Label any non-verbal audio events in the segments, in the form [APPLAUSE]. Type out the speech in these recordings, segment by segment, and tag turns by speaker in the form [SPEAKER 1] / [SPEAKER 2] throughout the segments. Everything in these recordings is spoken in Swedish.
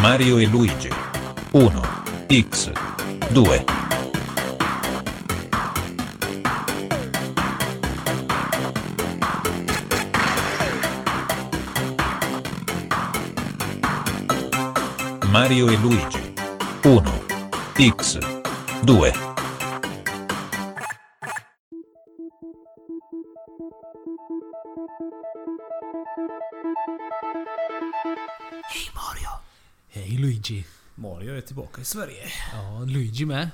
[SPEAKER 1] Mario e Luigi. 1. X. 2. Mario e Luigi. 1. X. 2.
[SPEAKER 2] Hej Mario!
[SPEAKER 3] Hej Luigi.
[SPEAKER 2] Mario är tillbaka i Sverige.
[SPEAKER 3] Ja, Luigi med.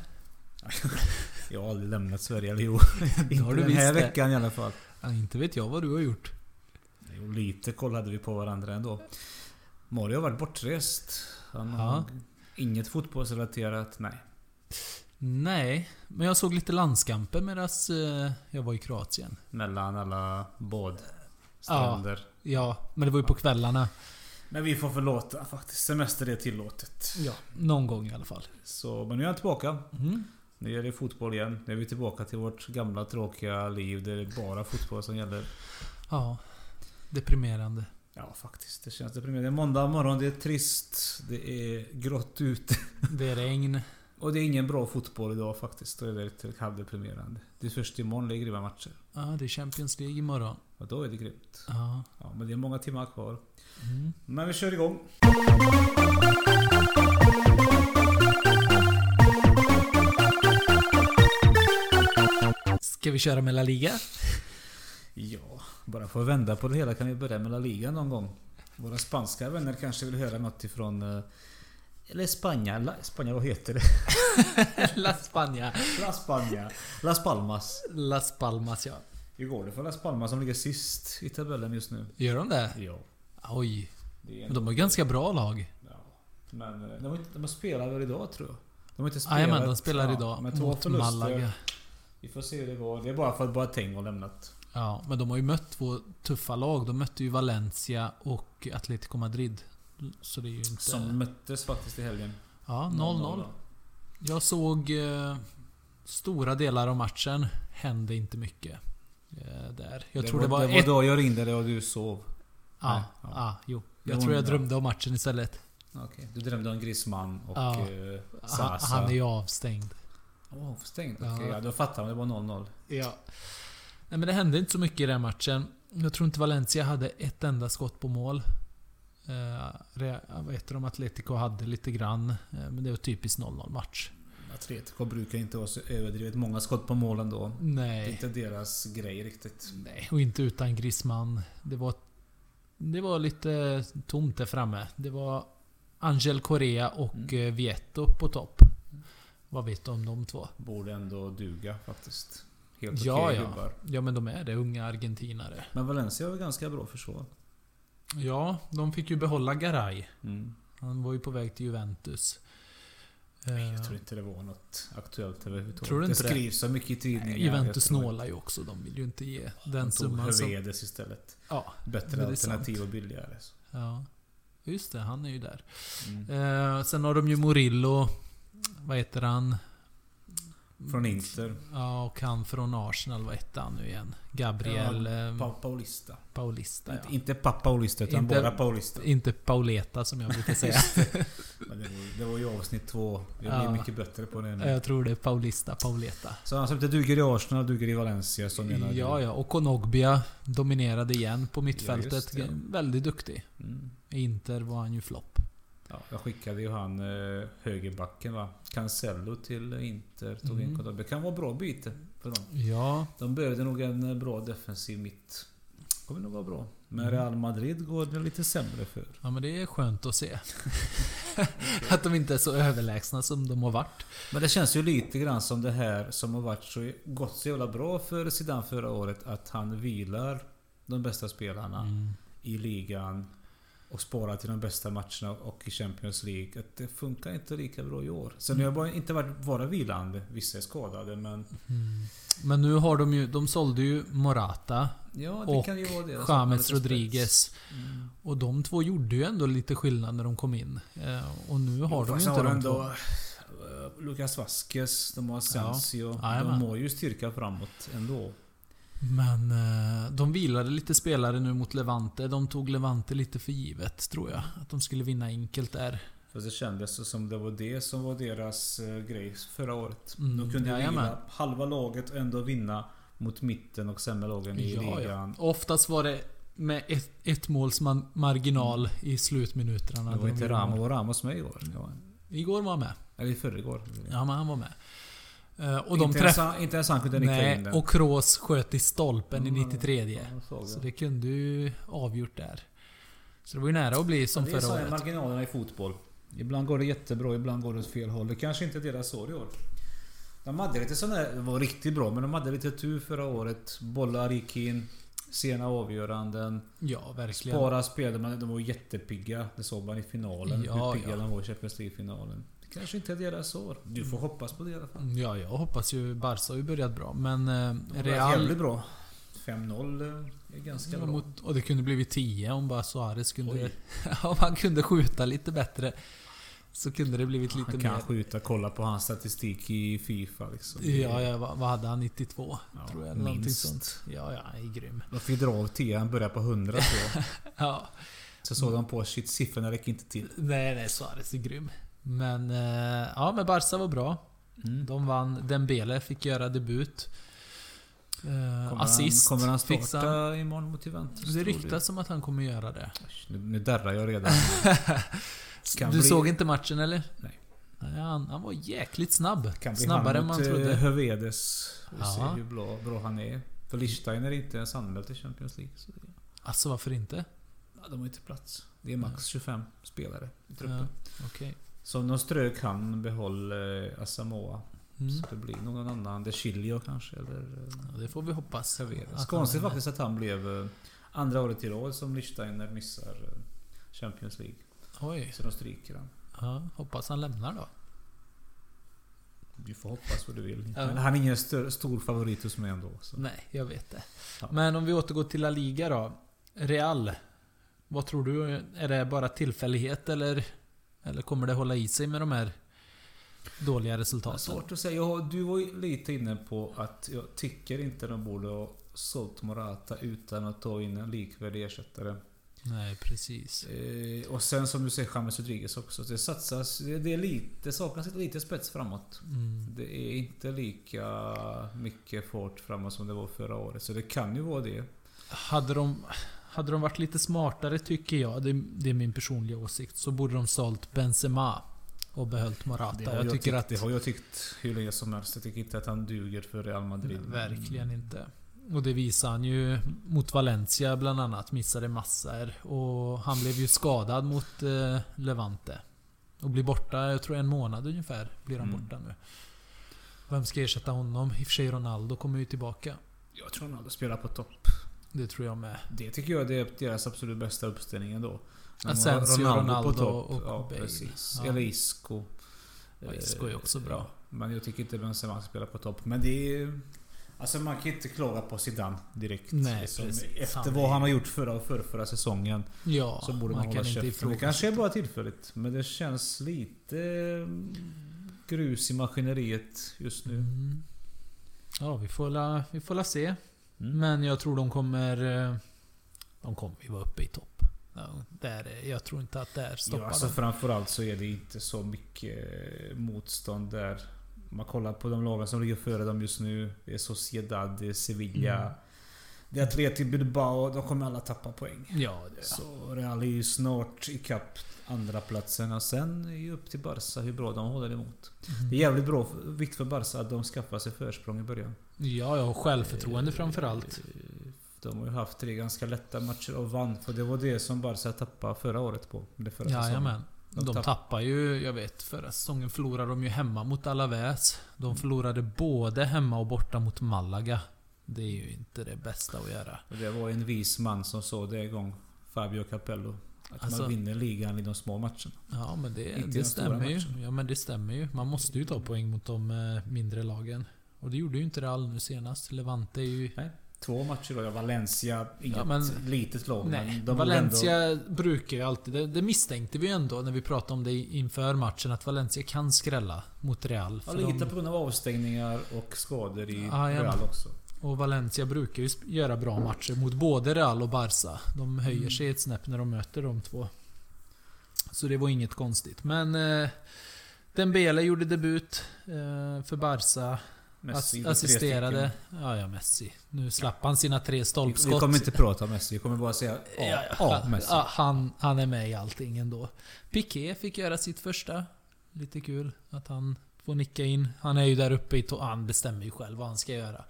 [SPEAKER 2] Jag har aldrig lämnat Sverige, eller jo.
[SPEAKER 3] har
[SPEAKER 2] Inte
[SPEAKER 3] du
[SPEAKER 2] den här
[SPEAKER 3] visst [LAUGHS] det.
[SPEAKER 2] veckan i alla fall.
[SPEAKER 3] Ja, inte vet jag vad du har gjort.
[SPEAKER 2] Jo, lite koll hade vi på varandra ändå. Mario har varit bortrest. Han har
[SPEAKER 3] Ja.
[SPEAKER 2] inget fotbollsrelaterat, nej.
[SPEAKER 3] Nej, men jag såg lite landskamper medan eh, jag var i Kroatien.
[SPEAKER 2] Mellan alla badstränder.
[SPEAKER 3] Ja, men det var ju på kvällarna.
[SPEAKER 2] Men vi får förlåta faktiskt. Semester är tillåtet.
[SPEAKER 3] Ja, någon gång i alla fall.
[SPEAKER 2] Så, men nu är han tillbaka.
[SPEAKER 3] Mm.
[SPEAKER 2] Nu är det fotboll igen. Nu är vi tillbaka till vårt gamla tråkiga liv där det är bara fotboll som gäller.
[SPEAKER 3] Ja, deprimerande.
[SPEAKER 2] Ja, faktiskt. Det känns deprimerande. Det är måndag morgon, det är trist. Det är grått ute.
[SPEAKER 3] Det är regn.
[SPEAKER 2] Och det är ingen bra fotboll idag faktiskt. Då är det lite halvdeprimerande. Det är först imorgon det är grymma matcher.
[SPEAKER 3] Ja, det är Champions League imorgon.
[SPEAKER 2] Och då är det grymt.
[SPEAKER 3] Ja.
[SPEAKER 2] Ja, men det är många timmar kvar.
[SPEAKER 3] Mm.
[SPEAKER 2] Men vi kör igång.
[SPEAKER 3] Ska vi köra med La Liga?
[SPEAKER 2] Ja, bara för att vända på det hela kan vi börja med La Liga någon gång. Våra spanska vänner kanske vill höra något ifrån... eh, Eller Spanien. La, Spanien, vad heter det?
[SPEAKER 3] [LAUGHS]
[SPEAKER 2] [LAUGHS]
[SPEAKER 3] La Spagna.
[SPEAKER 2] La Spagna. Las Palmas.
[SPEAKER 3] Las Palmas ja.
[SPEAKER 2] Hur går det för Las Palmas som ligger sist i tabellen just nu?
[SPEAKER 3] Gör de det?
[SPEAKER 2] Ja.
[SPEAKER 3] Oj.
[SPEAKER 2] Det är
[SPEAKER 3] Men
[SPEAKER 2] en,
[SPEAKER 3] de har ganska bra lag.
[SPEAKER 2] ja. Men eh, de, har inte- de spelar väl idag tror jag? De har inte spelat...
[SPEAKER 3] Jajamän, de spelar
[SPEAKER 2] ja,
[SPEAKER 3] idag
[SPEAKER 2] med två
[SPEAKER 3] mot
[SPEAKER 2] förluster.
[SPEAKER 3] Malaga.
[SPEAKER 2] Vi får se hur det går. Det är bara för att Boateng har lämnat.
[SPEAKER 3] Ja, men de har ju mött två tuffa lag. De mötte ju Valencia och Atletico Madrid. Så det är ju inte...
[SPEAKER 2] Som möttes faktiskt i helgen.
[SPEAKER 3] ja, 0-0. Jag såg eh, stora delar av matchen. Hände inte mycket. Eh, där. Jag
[SPEAKER 2] det
[SPEAKER 3] tror
[SPEAKER 2] var,
[SPEAKER 3] det var,
[SPEAKER 2] det
[SPEAKER 3] ett...
[SPEAKER 2] var då jag ringde dig och du sov.
[SPEAKER 3] Ja,
[SPEAKER 2] Nej,
[SPEAKER 3] ja, jo.
[SPEAKER 2] Det
[SPEAKER 3] Jag
[SPEAKER 2] var
[SPEAKER 3] tror jag
[SPEAKER 2] en-
[SPEAKER 3] drömde om matchen istället.
[SPEAKER 2] Okej. Du drömde om Griezmann och
[SPEAKER 3] Ja.
[SPEAKER 2] eh,
[SPEAKER 3] Han,
[SPEAKER 2] Sasa.
[SPEAKER 3] han är ju avstängd.
[SPEAKER 2] Åh, förstängd.
[SPEAKER 3] Ja.
[SPEAKER 2] Okej, ja. då fattar man. Det var 0-0.
[SPEAKER 3] Ja. Nej men det hände inte så mycket i den matchen. Jag tror inte Valencia hade ett enda skott på mål. Eh, Re- vad heter de? Atletico hade lite grann. Eh, men det var typiskt 0-0 match.
[SPEAKER 2] Atletico brukar inte vara så överdrivet många skott på mål ändå. Det är
[SPEAKER 3] Nej.
[SPEAKER 2] inte deras grej riktigt.
[SPEAKER 3] Nej. Och inte utan Griezmann. Det var, det var lite tomt där framme. Det var Angel Correa och mm. Vietto på topp. Vad vet du om de två?
[SPEAKER 2] Borde ändå duga faktiskt. Helt okej
[SPEAKER 3] ja, ja.
[SPEAKER 2] gubbar.
[SPEAKER 3] Ja, men de är det. Unga argentinare.
[SPEAKER 2] Men Valencia har ju ganska bra försvar.
[SPEAKER 3] Ja, de fick ju behålla Garay.
[SPEAKER 2] Mm.
[SPEAKER 3] Han var ju på väg till Juventus.
[SPEAKER 2] Jag
[SPEAKER 3] Eh,
[SPEAKER 2] tror inte det var något aktuellt överhuvudtaget.
[SPEAKER 3] Tror du inte
[SPEAKER 2] det
[SPEAKER 3] det?
[SPEAKER 2] skrivs så mycket i tidningar. Jag
[SPEAKER 3] Juventus
[SPEAKER 2] tror-
[SPEAKER 3] nålar ju också. De vill ju inte ge
[SPEAKER 2] De
[SPEAKER 3] den
[SPEAKER 2] tog
[SPEAKER 3] summan som...
[SPEAKER 2] Hövedes istället.
[SPEAKER 3] Ja, Men
[SPEAKER 2] Bättre
[SPEAKER 3] det är
[SPEAKER 2] alternativ och billigare. så.
[SPEAKER 3] ja. Just det, han är ju där.
[SPEAKER 2] Mm.
[SPEAKER 3] Eh, sen har de ju Murillo. Vad heter han?
[SPEAKER 2] Från Inter.
[SPEAKER 3] Ja, och han från Arsenal. Vad hette han nu igen? Gabriel eh,
[SPEAKER 2] Pa Paulista.
[SPEAKER 3] Paulista.
[SPEAKER 2] Inte,
[SPEAKER 3] ja.
[SPEAKER 2] inte Pappa Paulista utan
[SPEAKER 3] Inte-
[SPEAKER 2] bara Paulista.
[SPEAKER 3] Inte Pauleta som jag brukar säga.
[SPEAKER 2] Men det, var, det var ju avsnitt två. Vi blir
[SPEAKER 3] Ja.
[SPEAKER 2] mycket bättre på det
[SPEAKER 3] Eh,
[SPEAKER 2] nu.
[SPEAKER 3] [LAUGHS] jag tror det är Paulista, Pauleta.
[SPEAKER 2] Så han inte duger i Arsenal, duger i Valencia som menar du.
[SPEAKER 3] Ja, ja. Och Konogbia dominerade igen på
[SPEAKER 2] just
[SPEAKER 3] mittfältet.
[SPEAKER 2] det.
[SPEAKER 3] Väldigt duktig.
[SPEAKER 2] Mm.
[SPEAKER 3] I Inter var han ju flopp.
[SPEAKER 2] ja. Jag skickade ju han eh, högerbacken va. Cancelo till Inter. Tog in
[SPEAKER 3] Mm.
[SPEAKER 2] Kotobe. Det kan vara bra byte för dem.
[SPEAKER 3] Ja,
[SPEAKER 2] De behövde nog en eh, bra defensiv mitt. Kommer nog vara bra. Men
[SPEAKER 3] Mm.
[SPEAKER 2] Real Madrid går det lite sämre för.
[SPEAKER 3] ja men det är skönt att
[SPEAKER 2] [LAUGHS]
[SPEAKER 3] se. att de inte är så överlägsna som de har varit.
[SPEAKER 2] Men det känns ju lite grann som det här som har varit så gått så jävla bra för Zidane förra året. Att han vilar de bästa spelarna
[SPEAKER 3] Mm.
[SPEAKER 2] i ligan. Och sparar till de bästa matcherna och i Champions League. Att det funkar inte lika bra i år.
[SPEAKER 3] Mm.
[SPEAKER 2] Sen har jag bara inte varit bara vilande. Vissa är skadade men...
[SPEAKER 3] Men nu har de ju... De sålde ju Morata,
[SPEAKER 2] Ja, det
[SPEAKER 3] Och
[SPEAKER 2] kan ju vara det. Alltså,
[SPEAKER 3] James Rodriguez.
[SPEAKER 2] Mm.
[SPEAKER 3] Och de två gjorde ju ändå lite skillnad när de kom in. Eh, Och nu har de ju
[SPEAKER 2] Fast
[SPEAKER 3] inte
[SPEAKER 2] har
[SPEAKER 3] de
[SPEAKER 2] ändå,
[SPEAKER 3] två.
[SPEAKER 2] eh, Lucas Vasquez, de har Asensio.
[SPEAKER 3] Jajamän.
[SPEAKER 2] de har ju styrka framåt ändå.
[SPEAKER 3] Men eh, de vilade lite spelare nu mot Levante. De tog Levante lite för givet, tror jag. Att de skulle vinna enkelt där.
[SPEAKER 2] För Fast det kändes så som det var det som var deras eh, grej förra året.
[SPEAKER 3] Mm,
[SPEAKER 2] De kunde
[SPEAKER 3] jajamän.
[SPEAKER 2] vila halva laget och ändå vinna mot mitten och sämre lagen i
[SPEAKER 3] Ja, ja.
[SPEAKER 2] ligan.
[SPEAKER 3] Oftast var det med ett, ett måls man- marginal i slutminuterna.
[SPEAKER 2] Det var
[SPEAKER 3] De
[SPEAKER 2] inte
[SPEAKER 3] gjorde
[SPEAKER 2] Ramo
[SPEAKER 3] mål.
[SPEAKER 2] och Ramos med igår. Det var-
[SPEAKER 3] Igår var han med.
[SPEAKER 2] Eller i förrgår.
[SPEAKER 3] Ja, men han var med. Eh, Och de
[SPEAKER 2] inte, ens
[SPEAKER 3] träffade...
[SPEAKER 2] han, inte ens han kunde nicka in
[SPEAKER 3] Nej,
[SPEAKER 2] den.
[SPEAKER 3] och Kroos sköt i stolpen i
[SPEAKER 2] Mm.
[SPEAKER 3] 93
[SPEAKER 2] Ja, jag såg det.
[SPEAKER 3] Så det kunde ju avgjort där. Så det var ju nära att bli som
[SPEAKER 2] det är
[SPEAKER 3] förra
[SPEAKER 2] så här
[SPEAKER 3] året.
[SPEAKER 2] marginalerna i fotboll. Ibland går det jättebra, ibland går det åt fel håll. Det kanske inte är deras år i år. De hade lite sån där, det var riktigt bra, men de hade lite tur förra året. Bollar gick in. Sena avgöranden.
[SPEAKER 3] Ja, verkligen.
[SPEAKER 2] Spara spelade man. De var jättepigga. Det såg man i finalen.
[SPEAKER 3] Ja,
[SPEAKER 2] hur pigga
[SPEAKER 3] ja.
[SPEAKER 2] de var i Champions League-finalen. Det kanske inte är deras år. Du får hoppas på det i alla fall.
[SPEAKER 3] Ja, jag hoppas ju. Barca har ju börjat bra. Men eh,
[SPEAKER 2] Det är
[SPEAKER 3] Real...
[SPEAKER 2] jävligt bra. 5-0 är ganska
[SPEAKER 3] Ja,
[SPEAKER 2] bra.
[SPEAKER 3] mot, och det kunde blivit 10 om bara Suarez kunde...
[SPEAKER 2] Oj.
[SPEAKER 3] [LAUGHS] om han kunde skjuta lite bättre. Så kunde det blivit lite
[SPEAKER 2] Han
[SPEAKER 3] mer.
[SPEAKER 2] kan skjuta. Kolla på hans statistik i Fifa liksom.
[SPEAKER 3] Ja, ja, vad vad hade han? 92?
[SPEAKER 2] Ja,
[SPEAKER 3] tror jag. eller Någonting
[SPEAKER 2] minst.
[SPEAKER 3] sånt. Ja, ja, han är grym.
[SPEAKER 2] De fick dra av tian, börja på 100 så.
[SPEAKER 3] Ja.
[SPEAKER 2] Så såg de på shit, siffrorna räcker inte till.
[SPEAKER 3] Nej, nej, Suarez är grym. Men... eh, Ja, men Barca var bra.
[SPEAKER 2] Mm.
[SPEAKER 3] De vann. Dembele fick göra debut. Eh,
[SPEAKER 2] Kommer
[SPEAKER 3] assist
[SPEAKER 2] han, kommer han starta
[SPEAKER 3] fixade han.
[SPEAKER 2] imorgon mot Juventus?
[SPEAKER 3] Det
[SPEAKER 2] tror du?
[SPEAKER 3] ryktas som att han kommer göra det.
[SPEAKER 2] Nu, nu darrar
[SPEAKER 3] [LAUGHS]
[SPEAKER 2] jag redan. Kan
[SPEAKER 3] du
[SPEAKER 2] bli-
[SPEAKER 3] såg inte matchen eller?
[SPEAKER 2] Nej.
[SPEAKER 3] Nej, han, han var jäkligt snabb.
[SPEAKER 2] Kan bli
[SPEAKER 3] Snabbare än
[SPEAKER 2] han
[SPEAKER 3] man
[SPEAKER 2] mot, eh,
[SPEAKER 3] trodde.
[SPEAKER 2] Hövedes. Vi
[SPEAKER 3] Ja.
[SPEAKER 2] ser hur bra, bra han är. För Liechtenstein är inte ens anmäld till Champions League. Så det,
[SPEAKER 3] Alltså varför inte?
[SPEAKER 2] ja, de har inte plats. Det är max 25 spelare i truppen.
[SPEAKER 3] Ja, Okej.
[SPEAKER 2] Så om de strök han, behåll eh, Asamoa.
[SPEAKER 3] Mm.
[SPEAKER 2] Så det blir någon annan. Det Chilio kanske eller... eh,
[SPEAKER 3] Ja, det får vi hoppas.
[SPEAKER 2] serveras.
[SPEAKER 3] att
[SPEAKER 2] Konstigt
[SPEAKER 3] han-
[SPEAKER 2] faktiskt att han blev eh, andra året i rad som Liechtenstein missar eh, Champions League.
[SPEAKER 3] Oj.
[SPEAKER 2] Så de stryker han.
[SPEAKER 3] Ja, hoppas han lämnar då.
[SPEAKER 2] Du får hoppas vad du vill.
[SPEAKER 3] Ja.
[SPEAKER 2] Men han är ingen stor, stor favorit hos mig ändå. Så.
[SPEAKER 3] Nej, jag vet det.
[SPEAKER 2] Ja.
[SPEAKER 3] Men om vi återgår till La Liga då. Real. Vad tror du? Är det bara tillfällighet eller? Eller kommer det hålla i sig med de här dåliga
[SPEAKER 2] Det är
[SPEAKER 3] resultaten?
[SPEAKER 2] svårt att säga. Jag, du var ju lite inne på att jag tycker inte de borde ha sålt Morata utan att ta in en likvärdig ersättare.
[SPEAKER 3] Nej, precis.
[SPEAKER 2] Eh, och sen som du säger James Rodriguez också. Det satsas... Det, det, är lite, det saknas lite spets framåt.
[SPEAKER 3] Mm.
[SPEAKER 2] Det är inte lika mycket fart framåt som det var förra året. Så det kan ju vara det.
[SPEAKER 3] Hade de, hade de varit lite smartare tycker jag, det, det är min personliga åsikt, så borde de sålt Benzema och behållit Morata.
[SPEAKER 2] Det
[SPEAKER 3] Jag,
[SPEAKER 2] har jag,
[SPEAKER 3] tycker
[SPEAKER 2] tyckt,
[SPEAKER 3] att...
[SPEAKER 2] det har jag tyckt hur länge som helst. Jag tycker inte att han duger för Real Madrid. Mm.
[SPEAKER 3] Verkligen inte. Och det visar han ju mot Valencia bland annat. Missade massor. Och han blev ju skadad mot eh, Levante. Och blir borta, jag tror en månad ungefär, blir han
[SPEAKER 2] Mm.
[SPEAKER 3] borta nu. Vem ska ersätta honom? I och för sig Ronaldo kommer ju tillbaka.
[SPEAKER 2] Jag tror Ronaldo spelar på topp.
[SPEAKER 3] Det tror jag med.
[SPEAKER 2] Det tycker jag det är deras absolut bästa uppställning ändå. Men
[SPEAKER 3] Asensio, Ronaldo och
[SPEAKER 2] ja,
[SPEAKER 3] Bale.
[SPEAKER 2] Precis.
[SPEAKER 3] Ja.
[SPEAKER 2] Eller Isco.
[SPEAKER 3] Ja, Isco är också
[SPEAKER 2] Eh,
[SPEAKER 3] bra.
[SPEAKER 2] ja. Men jag tycker inte Benzema spelar på topp. Men det är... Alltså man kan inte klaga på Zidane direkt.
[SPEAKER 3] Nej,
[SPEAKER 2] Liksom,
[SPEAKER 3] precis. Han
[SPEAKER 2] Efter
[SPEAKER 3] är-
[SPEAKER 2] vad han har gjort förra och förrförra säsongen.
[SPEAKER 3] Ja,
[SPEAKER 2] Så borde man,
[SPEAKER 3] man
[SPEAKER 2] hålla
[SPEAKER 3] kan inte
[SPEAKER 2] käften. Det
[SPEAKER 3] ifrågasätta.
[SPEAKER 2] kanske är bara tillfälligt. Men det känns lite mm, grus i maskineriet just nu.
[SPEAKER 3] Mm. Ja, vi får la, vi får la se.
[SPEAKER 2] Mm.
[SPEAKER 3] Men jag tror de kommer... eh, De kommer ju vara uppe i topp. Ja, där, är- jag tror inte att där stoppar
[SPEAKER 2] Ja, alltså
[SPEAKER 3] dem.
[SPEAKER 2] framförallt så är det inte så mycket eh, motstånd där. Man kollar på de lagen som ligger före dem just nu. Det är Sociedad, det är Sevilla.
[SPEAKER 3] Mm.
[SPEAKER 2] Det är Atletico Bilbao. De kommer alla tappa poäng.
[SPEAKER 3] Ja, det
[SPEAKER 2] Så Real är ju snart ikapp andra platsen och Sen är ju upp till Barca hur bra de håller emot.
[SPEAKER 3] Mm.
[SPEAKER 2] Det är jävligt bra för- vikt för Barca att de skaffar sig försprång i början.
[SPEAKER 3] Ja, ja, och självförtroende
[SPEAKER 2] Eh,
[SPEAKER 3] framförallt.
[SPEAKER 2] De har ju haft tre ganska lätta matcher och vann. För det var det som Barca tappade förra året på. Det förra säsongen.
[SPEAKER 3] Jajamän.
[SPEAKER 2] De
[SPEAKER 3] De
[SPEAKER 2] tapp-
[SPEAKER 3] tappar ju, jag vet, förra säsongen förlorade de ju hemma mot Alaves. De förlorade både hemma och borta mot Malaga. Det är ju inte det bästa att göra.
[SPEAKER 2] Och Det var en vis man som sa det en gång, Fabio Capello. Att
[SPEAKER 3] Alltså-
[SPEAKER 2] man vinner ligan i de små matcherna.
[SPEAKER 3] Ja men
[SPEAKER 2] Inte i
[SPEAKER 3] det,
[SPEAKER 2] de
[SPEAKER 3] det
[SPEAKER 2] stora
[SPEAKER 3] stämmer ju.
[SPEAKER 2] matcherna.
[SPEAKER 3] Ja men det stämmer ju. Man måste ju ta poäng mot de eh, mindre lagen. Och det gjorde ju inte Real nu senast. Levante är ju...
[SPEAKER 2] Två matcher då. Ja, Valencia, inget
[SPEAKER 3] Ja, men-
[SPEAKER 2] litet lag.
[SPEAKER 3] Nej,
[SPEAKER 2] men de Ändå,
[SPEAKER 3] Valencia brukar ju alltid... Det, det misstänkte vi ju ändå när vi pratade om det i- inför matchen. Att Valencia kan skrälla mot Real.
[SPEAKER 2] ja,
[SPEAKER 3] För
[SPEAKER 2] lite
[SPEAKER 3] de,
[SPEAKER 2] på grund av avstängningar och skador i
[SPEAKER 3] Ja, ja,
[SPEAKER 2] Real
[SPEAKER 3] men-
[SPEAKER 2] också.
[SPEAKER 3] och Valencia brukar ju sp- göra bra
[SPEAKER 2] Mm.
[SPEAKER 3] matcher mot både Real och Barca. De höjer sig ett snäpp när de möter de två. Så det var inget konstigt. Men... Eh, Dembele gjorde debut eh, för Barca.
[SPEAKER 2] Messi
[SPEAKER 3] Ass-
[SPEAKER 2] gjorde tre
[SPEAKER 3] assisterade...
[SPEAKER 2] stycken.
[SPEAKER 3] Ja, ja, Messi. Nu slapp han sina tre
[SPEAKER 2] Vi
[SPEAKER 3] stolpskott.
[SPEAKER 2] kommer inte prata om Messi, vi kommer bara säga A,
[SPEAKER 3] Ja, ja,
[SPEAKER 2] A Messi.
[SPEAKER 3] ja, han, han är med i allting ändå. Piqué fick göra sitt första. Lite kul att han får nicka in. Han är ju där uppe i to- Han bestämmer ju själv vad han ska göra.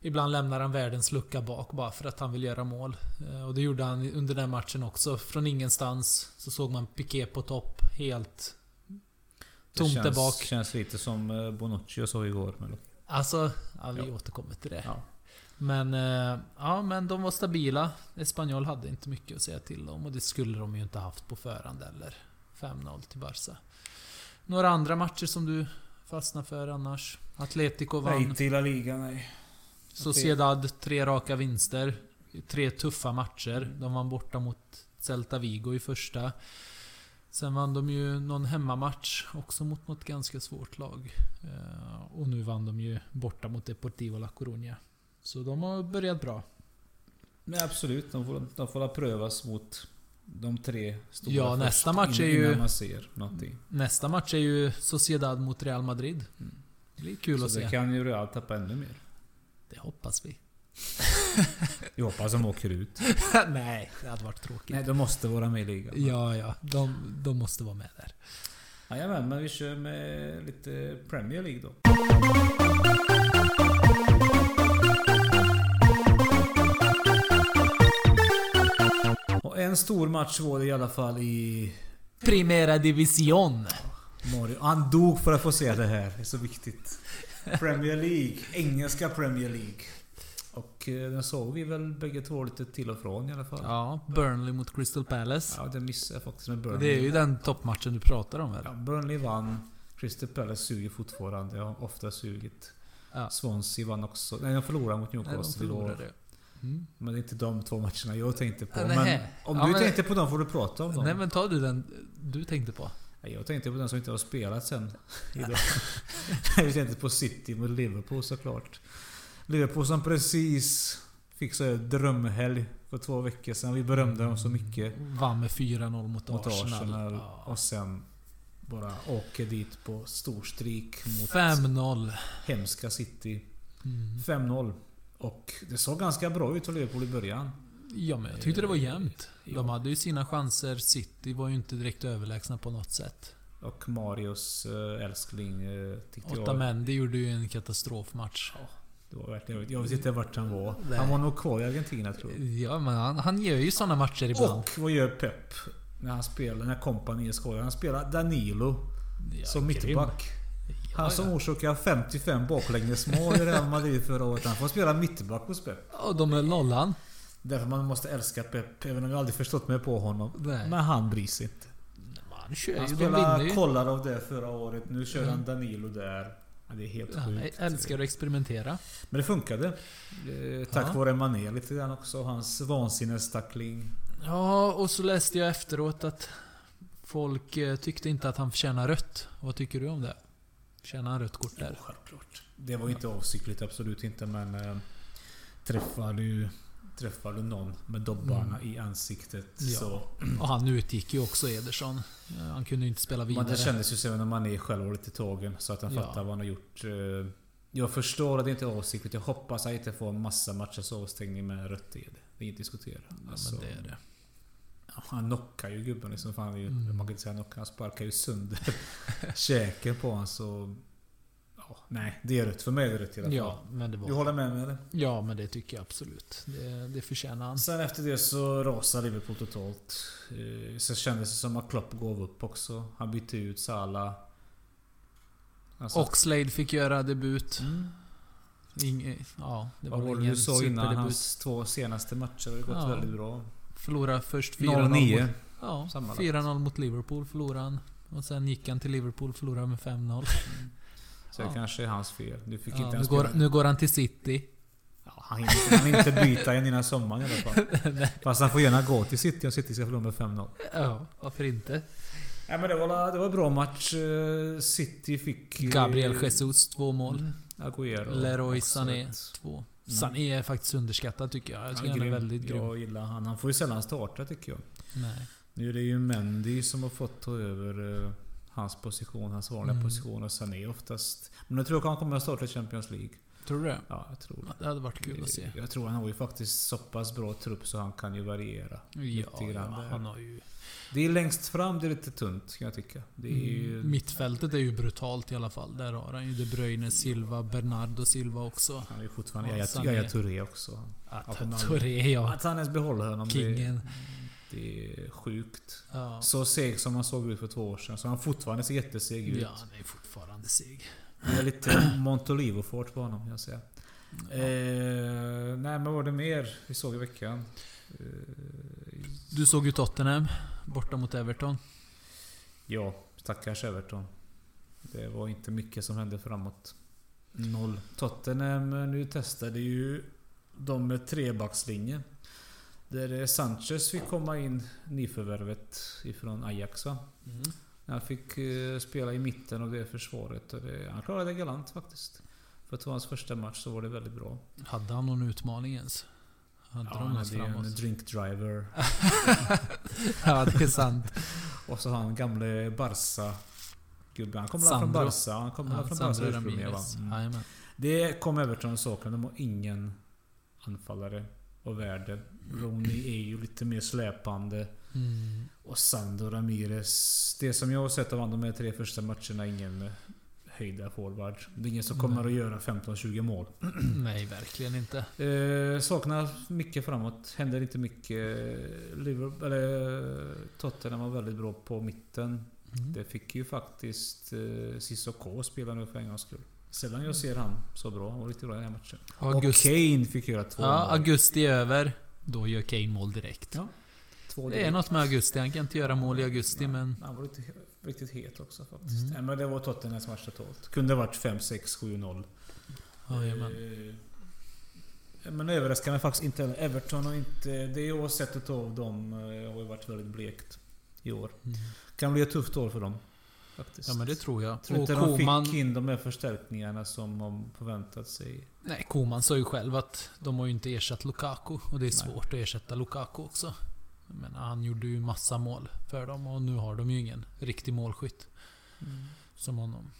[SPEAKER 3] Ibland lämnar han världens lucka bak bara för att han vill göra mål. Eh, Och det gjorde han under den matchen också. Från ingenstans så såg man Piqué på topp. Helt
[SPEAKER 2] Det
[SPEAKER 3] tomt
[SPEAKER 2] känns,
[SPEAKER 3] där bak.
[SPEAKER 2] Känns lite som eh, Bonucci och så igår. Men
[SPEAKER 3] Alltså, ja, vi
[SPEAKER 2] Ja.
[SPEAKER 3] återkommer till det.
[SPEAKER 2] Ja.
[SPEAKER 3] Men, eh, ja, men de var stabila. Espanyol hade inte mycket att säga till om och det skulle de ju inte haft på förhand eller 5-0 till Barca. Några andra matcher som du fastnar för annars? Atletico vann.
[SPEAKER 2] nej till La Liga, nej.
[SPEAKER 3] Sociedad, tre raka vinster. Tre tuffa matcher. De vann borta mot Celta Vigo i första. Sen vann de ju någon hemmamatch också mot något ganska svårt lag. Eh, Och nu vann de ju borta mot Deportivo La Coruña. Så de har börjat bra.
[SPEAKER 2] Men absolut, de får, de får prövas mot de tre stora
[SPEAKER 3] Ja, nästa match är
[SPEAKER 2] in-
[SPEAKER 3] ju-
[SPEAKER 2] Innan man ser någonting.
[SPEAKER 3] Nästa match är ju Sociedad mot Real Madrid. Mm. Det blir kul att
[SPEAKER 2] så det
[SPEAKER 3] se.
[SPEAKER 2] kan ju Real tappa ännu mer.
[SPEAKER 3] Det hoppas vi.
[SPEAKER 2] Vi hoppas de åker ut.
[SPEAKER 3] [LAUGHS] Nej, det hade varit tråkigt.
[SPEAKER 2] Nej, de måste vara med i ligan.
[SPEAKER 3] Ja, ja. De, de måste vara med där.
[SPEAKER 2] Jajamän, men vi kör med lite Premier League då. Och en stor match var det i alla fall i
[SPEAKER 3] Primera División.
[SPEAKER 2] Mario. Han dog för att få se det här. Det är så viktigt. Premier League. Engelska Premier League. Och eh, den såg vi väl bägge två lite till och från i alla fall.
[SPEAKER 3] Ja, Burnley mot Crystal Palace.
[SPEAKER 2] Ja, den missade jag faktiskt med Burnley.
[SPEAKER 3] Det är ju den toppmatchen du pratar om
[SPEAKER 2] Ja,
[SPEAKER 3] eller?
[SPEAKER 2] Burnley vann. Crystal Palace suger fortfarande. Jag har ofta sugit.
[SPEAKER 3] Ja.
[SPEAKER 2] Swansea vann också. Nej, de förlorade mot
[SPEAKER 3] Nej, de
[SPEAKER 2] Newcastle igår.
[SPEAKER 3] förlorade. Mm.
[SPEAKER 2] Men det är inte de två matcherna jag tänkte på.
[SPEAKER 3] Ja,
[SPEAKER 2] Men
[SPEAKER 3] nej.
[SPEAKER 2] om
[SPEAKER 3] Ja,
[SPEAKER 2] du
[SPEAKER 3] men-
[SPEAKER 2] tänkte på dem får du prata om dem.
[SPEAKER 3] Nej men ta du den du tänkte på.
[SPEAKER 2] Nej, Jag tänkte på den som inte har spelat sen idag. [LAUGHS] Jag tänkte på City mot Liverpool såklart. Liverpool som precis fick så här drömhelg för två veckor sedan. Vi berömde dem så mycket.
[SPEAKER 3] Vann med 4-0 mot,
[SPEAKER 2] Mot
[SPEAKER 3] Arsenal.
[SPEAKER 2] Arsenal.
[SPEAKER 3] Ja.
[SPEAKER 2] Och sen bara åker dit på storstrik mot
[SPEAKER 3] 5-0.
[SPEAKER 2] hemska City.
[SPEAKER 3] Mm.
[SPEAKER 2] 5-0. Och det såg ganska bra ut för Liverpool i början.
[SPEAKER 3] Ja men jag tyckte det var jämnt. De hade ju sina chanser. City var ju inte direkt överlägsna på något sätt.
[SPEAKER 2] Och Marius eh, älskling eh, tyckte jag...
[SPEAKER 3] Otamendi gjorde ju en katastrofmatch.
[SPEAKER 2] Det var verkligen, jag vet- jag vet inte vart han var.
[SPEAKER 3] Nej.
[SPEAKER 2] Han var nog kvar i Argentina tror jag.
[SPEAKER 3] Ja men han, han gör ju såna matcher ibland.
[SPEAKER 2] Och vad gör Pep? När han spelar, när kompani skojar. Han spelar Danilo
[SPEAKER 3] Ja, grym.
[SPEAKER 2] som mittback. Han
[SPEAKER 3] Ja,
[SPEAKER 2] som
[SPEAKER 3] ja.
[SPEAKER 2] orsakade 55 baklängesmål i Real Madrid förra året. Han får spela mittback hos Pep.
[SPEAKER 3] Ja, de är nollan.
[SPEAKER 2] Därför man måste älska Pep, även om jag aldrig förstått mig på honom.
[SPEAKER 3] Nej.
[SPEAKER 2] Men han bryr sig inte.
[SPEAKER 3] Han kör
[SPEAKER 2] Han
[SPEAKER 3] ju. De vinner
[SPEAKER 2] spelade
[SPEAKER 3] ju.
[SPEAKER 2] kollar av det förra året. Nu kör
[SPEAKER 3] Mm.
[SPEAKER 2] han Danilo där. Ja, det är helt
[SPEAKER 3] Han
[SPEAKER 2] sjukt.
[SPEAKER 3] älskar att experimentera.
[SPEAKER 2] Men det funkade. Eh, Tack
[SPEAKER 3] Ja.
[SPEAKER 2] vare Mané lite grann också. Hans vansinnestackling.
[SPEAKER 3] Ja, och så läste jag efteråt att folk eh, tyckte inte att han förtjänar rött. Vad tycker du om det? Förtjänar han rött kort där?
[SPEAKER 2] Självklart. Det var ju inte avsiktligt, absolut inte. Men eh, träffar, du, träffar du någon med dobbarna i ansiktet
[SPEAKER 3] Mm. Ja.
[SPEAKER 2] så...
[SPEAKER 3] Och han utgick ju också, Ederson. Eh, Han kunde ju inte spela
[SPEAKER 2] Man, det
[SPEAKER 3] vidare.
[SPEAKER 2] kändes ju sen när man är själv och lite tagen så att han
[SPEAKER 3] Ja.
[SPEAKER 2] fattar vad han har gjort. Eh, Jag förstår att det inte är avsiktligt. Jag hoppas att jag inte får en massa matchers avstängning med rött i det. Det är inte diskutera.
[SPEAKER 3] Ja,
[SPEAKER 2] Alltså,
[SPEAKER 3] men det är det.
[SPEAKER 2] Han knockar ju gubben liksom. Fan, det är ju,
[SPEAKER 3] Mm.
[SPEAKER 2] Man kan inte säga knocka. Han sparkar ju sönder [LAUGHS] käken på honom så... Ja, nej, det är rött. För mig är det rött i alla fall.
[SPEAKER 3] Ja, men det
[SPEAKER 2] Du
[SPEAKER 3] var...
[SPEAKER 2] håller med mig eller?
[SPEAKER 3] Ja, men det tycker jag absolut. Det, det förtjänar han.
[SPEAKER 2] Sen efter det så rasar Liverpool totalt. Eh, Så kändes det som att Klopp gav upp också. Han bytte ut Salah. Alltså,
[SPEAKER 3] Oxlade fick göra debut.
[SPEAKER 2] Mm.
[SPEAKER 3] Inge, ja, det
[SPEAKER 2] vad
[SPEAKER 3] var väl
[SPEAKER 2] var det du
[SPEAKER 3] ingen
[SPEAKER 2] sa innan?
[SPEAKER 3] superdebut.
[SPEAKER 2] Hans två senaste matcher har ju gått
[SPEAKER 3] Ja.
[SPEAKER 2] väldigt bra.
[SPEAKER 3] Förlorade först 4-0 mot
[SPEAKER 2] 4-9.
[SPEAKER 3] Ja,
[SPEAKER 2] Sammanlagt.
[SPEAKER 3] 4-0 mot Liverpool förlorade han. Och sen gick han till Liverpool och förlorade med 5-0.
[SPEAKER 2] Så
[SPEAKER 3] Ja.
[SPEAKER 2] det kanske är hans fel. Du fick
[SPEAKER 3] Ja,
[SPEAKER 2] inte
[SPEAKER 3] nu,
[SPEAKER 2] ens
[SPEAKER 3] går,
[SPEAKER 2] spela.
[SPEAKER 3] nu går han till City.
[SPEAKER 2] Ja, han hinner han hinner inte byta en innan sommaren i alla fall.
[SPEAKER 3] [LAUGHS]
[SPEAKER 2] Fast han får gärna gå till City om City ska förlora med 5-0.
[SPEAKER 3] Ja, varför inte?
[SPEAKER 2] Nej men det var, det var en bra match. Eh, City fick... eh,
[SPEAKER 3] Gabriel Jesus, två mål.
[SPEAKER 2] Mm. Aguero.
[SPEAKER 3] Leroy
[SPEAKER 2] också
[SPEAKER 3] Sané,
[SPEAKER 2] ett-
[SPEAKER 3] två.
[SPEAKER 2] Mm.
[SPEAKER 3] Sané är faktiskt underskattad tycker jag. Jag tycker han är
[SPEAKER 2] grym.
[SPEAKER 3] väldigt grym.
[SPEAKER 2] Jag gillar han. Han får ju sällan starta tycker jag.
[SPEAKER 3] Nej.
[SPEAKER 2] Nu är det ju Mendy som har fått ta över eh, hans position, hans vanliga
[SPEAKER 3] Mm.
[SPEAKER 2] position. Och Sané oftast... Men jag tror att han kommer att starta i Champions League.
[SPEAKER 3] Tror du det?
[SPEAKER 2] Ja, jag tror
[SPEAKER 3] Ja,
[SPEAKER 2] det.
[SPEAKER 3] Det hade varit kul att se.
[SPEAKER 2] Jag tror han har ju faktiskt så pass bra trupp så han kan ju variera.
[SPEAKER 3] Ja, ja,
[SPEAKER 2] grann där.
[SPEAKER 3] han har ju...
[SPEAKER 2] Det är längst fram det är lite tunt kan jag tycka. Det är ju...
[SPEAKER 3] Mm, mittfältet är ju brutalt i alla fall. Där har han ju De Bruyne, Silva, Bernardo Silva också.
[SPEAKER 2] Han är ju fortfarande
[SPEAKER 3] Ja,
[SPEAKER 2] Yahya
[SPEAKER 3] Sané.
[SPEAKER 2] Yahya Touré också.
[SPEAKER 3] Att
[SPEAKER 2] Ja,
[SPEAKER 3] han
[SPEAKER 2] han-
[SPEAKER 3] Touré, ja.
[SPEAKER 2] Att han ens behåller honom, det,
[SPEAKER 3] Kingen.
[SPEAKER 2] det är sjukt.
[SPEAKER 3] Ja.
[SPEAKER 2] Så seg som han såg ut för två år sedan, så han fortfarande ser jätteseg ut.
[SPEAKER 3] ja, han är fortfarande seg.
[SPEAKER 2] Det är lite Montolivo-fart på honom, jag säger. Eh, nej, men vad var det mer vi såg i veckan? Eh,
[SPEAKER 3] Du såg ju Tottenham borta mot Everton.
[SPEAKER 2] ja, stackars Everton. Det var inte mycket som hände framåt. Noll. Tottenham eh, nu testade ju de med trebackslinjen. Där eh, Sanchez fick komma in, nyförvärvet ifrån Ajax va? Han fick eh, spela i mitten av det försvaret och det, han klarade det galant faktiskt. För att det var hans första match så var det väldigt bra.
[SPEAKER 3] Hade han någon utmaning ens? Hade
[SPEAKER 2] Ja,
[SPEAKER 3] de
[SPEAKER 2] han
[SPEAKER 3] något
[SPEAKER 2] hade ju
[SPEAKER 3] framåt?
[SPEAKER 2] en drinkdriver.
[SPEAKER 3] [LAUGHS] ja, det är sant.
[SPEAKER 2] Och så han gamle Barca. Gubben. Han kommer väl
[SPEAKER 3] Sandro.
[SPEAKER 2] från Barca? Han [LAUGHS] kommer väl
[SPEAKER 3] Ja,
[SPEAKER 2] från Barca
[SPEAKER 3] Sandro
[SPEAKER 2] ursprungligen va?
[SPEAKER 3] Ramirez.
[SPEAKER 2] Mm.
[SPEAKER 3] Jajamän.
[SPEAKER 2] Det kom Everton och saknade. De har ingen anfallare av värde. Rooney är ju lite mer släpande.
[SPEAKER 3] Mm. [CLEARS THROAT]
[SPEAKER 2] Och Sandro Ramirez. Det som jag har sett av honom de här tre första matcherna, ingen höjda forward. Det är ingen som kommer
[SPEAKER 3] Nej.
[SPEAKER 2] att göra 15-20 mål.
[SPEAKER 3] Nej, verkligen inte.
[SPEAKER 2] Eh, saknar mycket framåt. Händer inte mycket. Liverpool, eller Tottenham var väldigt bra på mitten.
[SPEAKER 3] Mm.
[SPEAKER 2] Det fick ju faktiskt eh, Cissoko spela nu för en gångs skull. Sällan jag ser han så bra. Han var riktigt bra i den här matchen.
[SPEAKER 3] Augusti.
[SPEAKER 2] Och Kane fick göra två
[SPEAKER 3] Ja,
[SPEAKER 2] mål.
[SPEAKER 3] augusti är över. Då gör Kane mål direkt.
[SPEAKER 2] Ja, Två
[SPEAKER 3] Det är något med augusti. Han kan inte göra mål i augusti,
[SPEAKER 2] Nej,
[SPEAKER 3] men...
[SPEAKER 2] Han var riktigt, riktigt het också faktiskt.
[SPEAKER 3] Mm.
[SPEAKER 2] Nej, men det var Tottenhams match totalt. Kunde ha varit 5, 6, 7, 0.
[SPEAKER 3] Jajamän.
[SPEAKER 2] Eh, Men överraskande faktiskt inte heller. Everton har inte... Det jag har sett utav dem eh, har ju varit väldigt blekt i år.
[SPEAKER 3] Mm.
[SPEAKER 2] Kan bli ett tufft år för dem. Faktiskt.
[SPEAKER 3] Ja, men det tror jag.
[SPEAKER 2] tror
[SPEAKER 3] och
[SPEAKER 2] inte de
[SPEAKER 3] Koman...
[SPEAKER 2] fick in de här förstärkningarna som de förväntat sig.
[SPEAKER 3] Nej, Koman sa ju själv att de har ju inte ersatt Lukaku. Och det är
[SPEAKER 2] Nej.
[SPEAKER 3] svårt att ersätta Lukaku också. Jag menar, han gjorde ju massa mål för dem och nu har de ju ingen riktig målskytt. Mm. Som honom.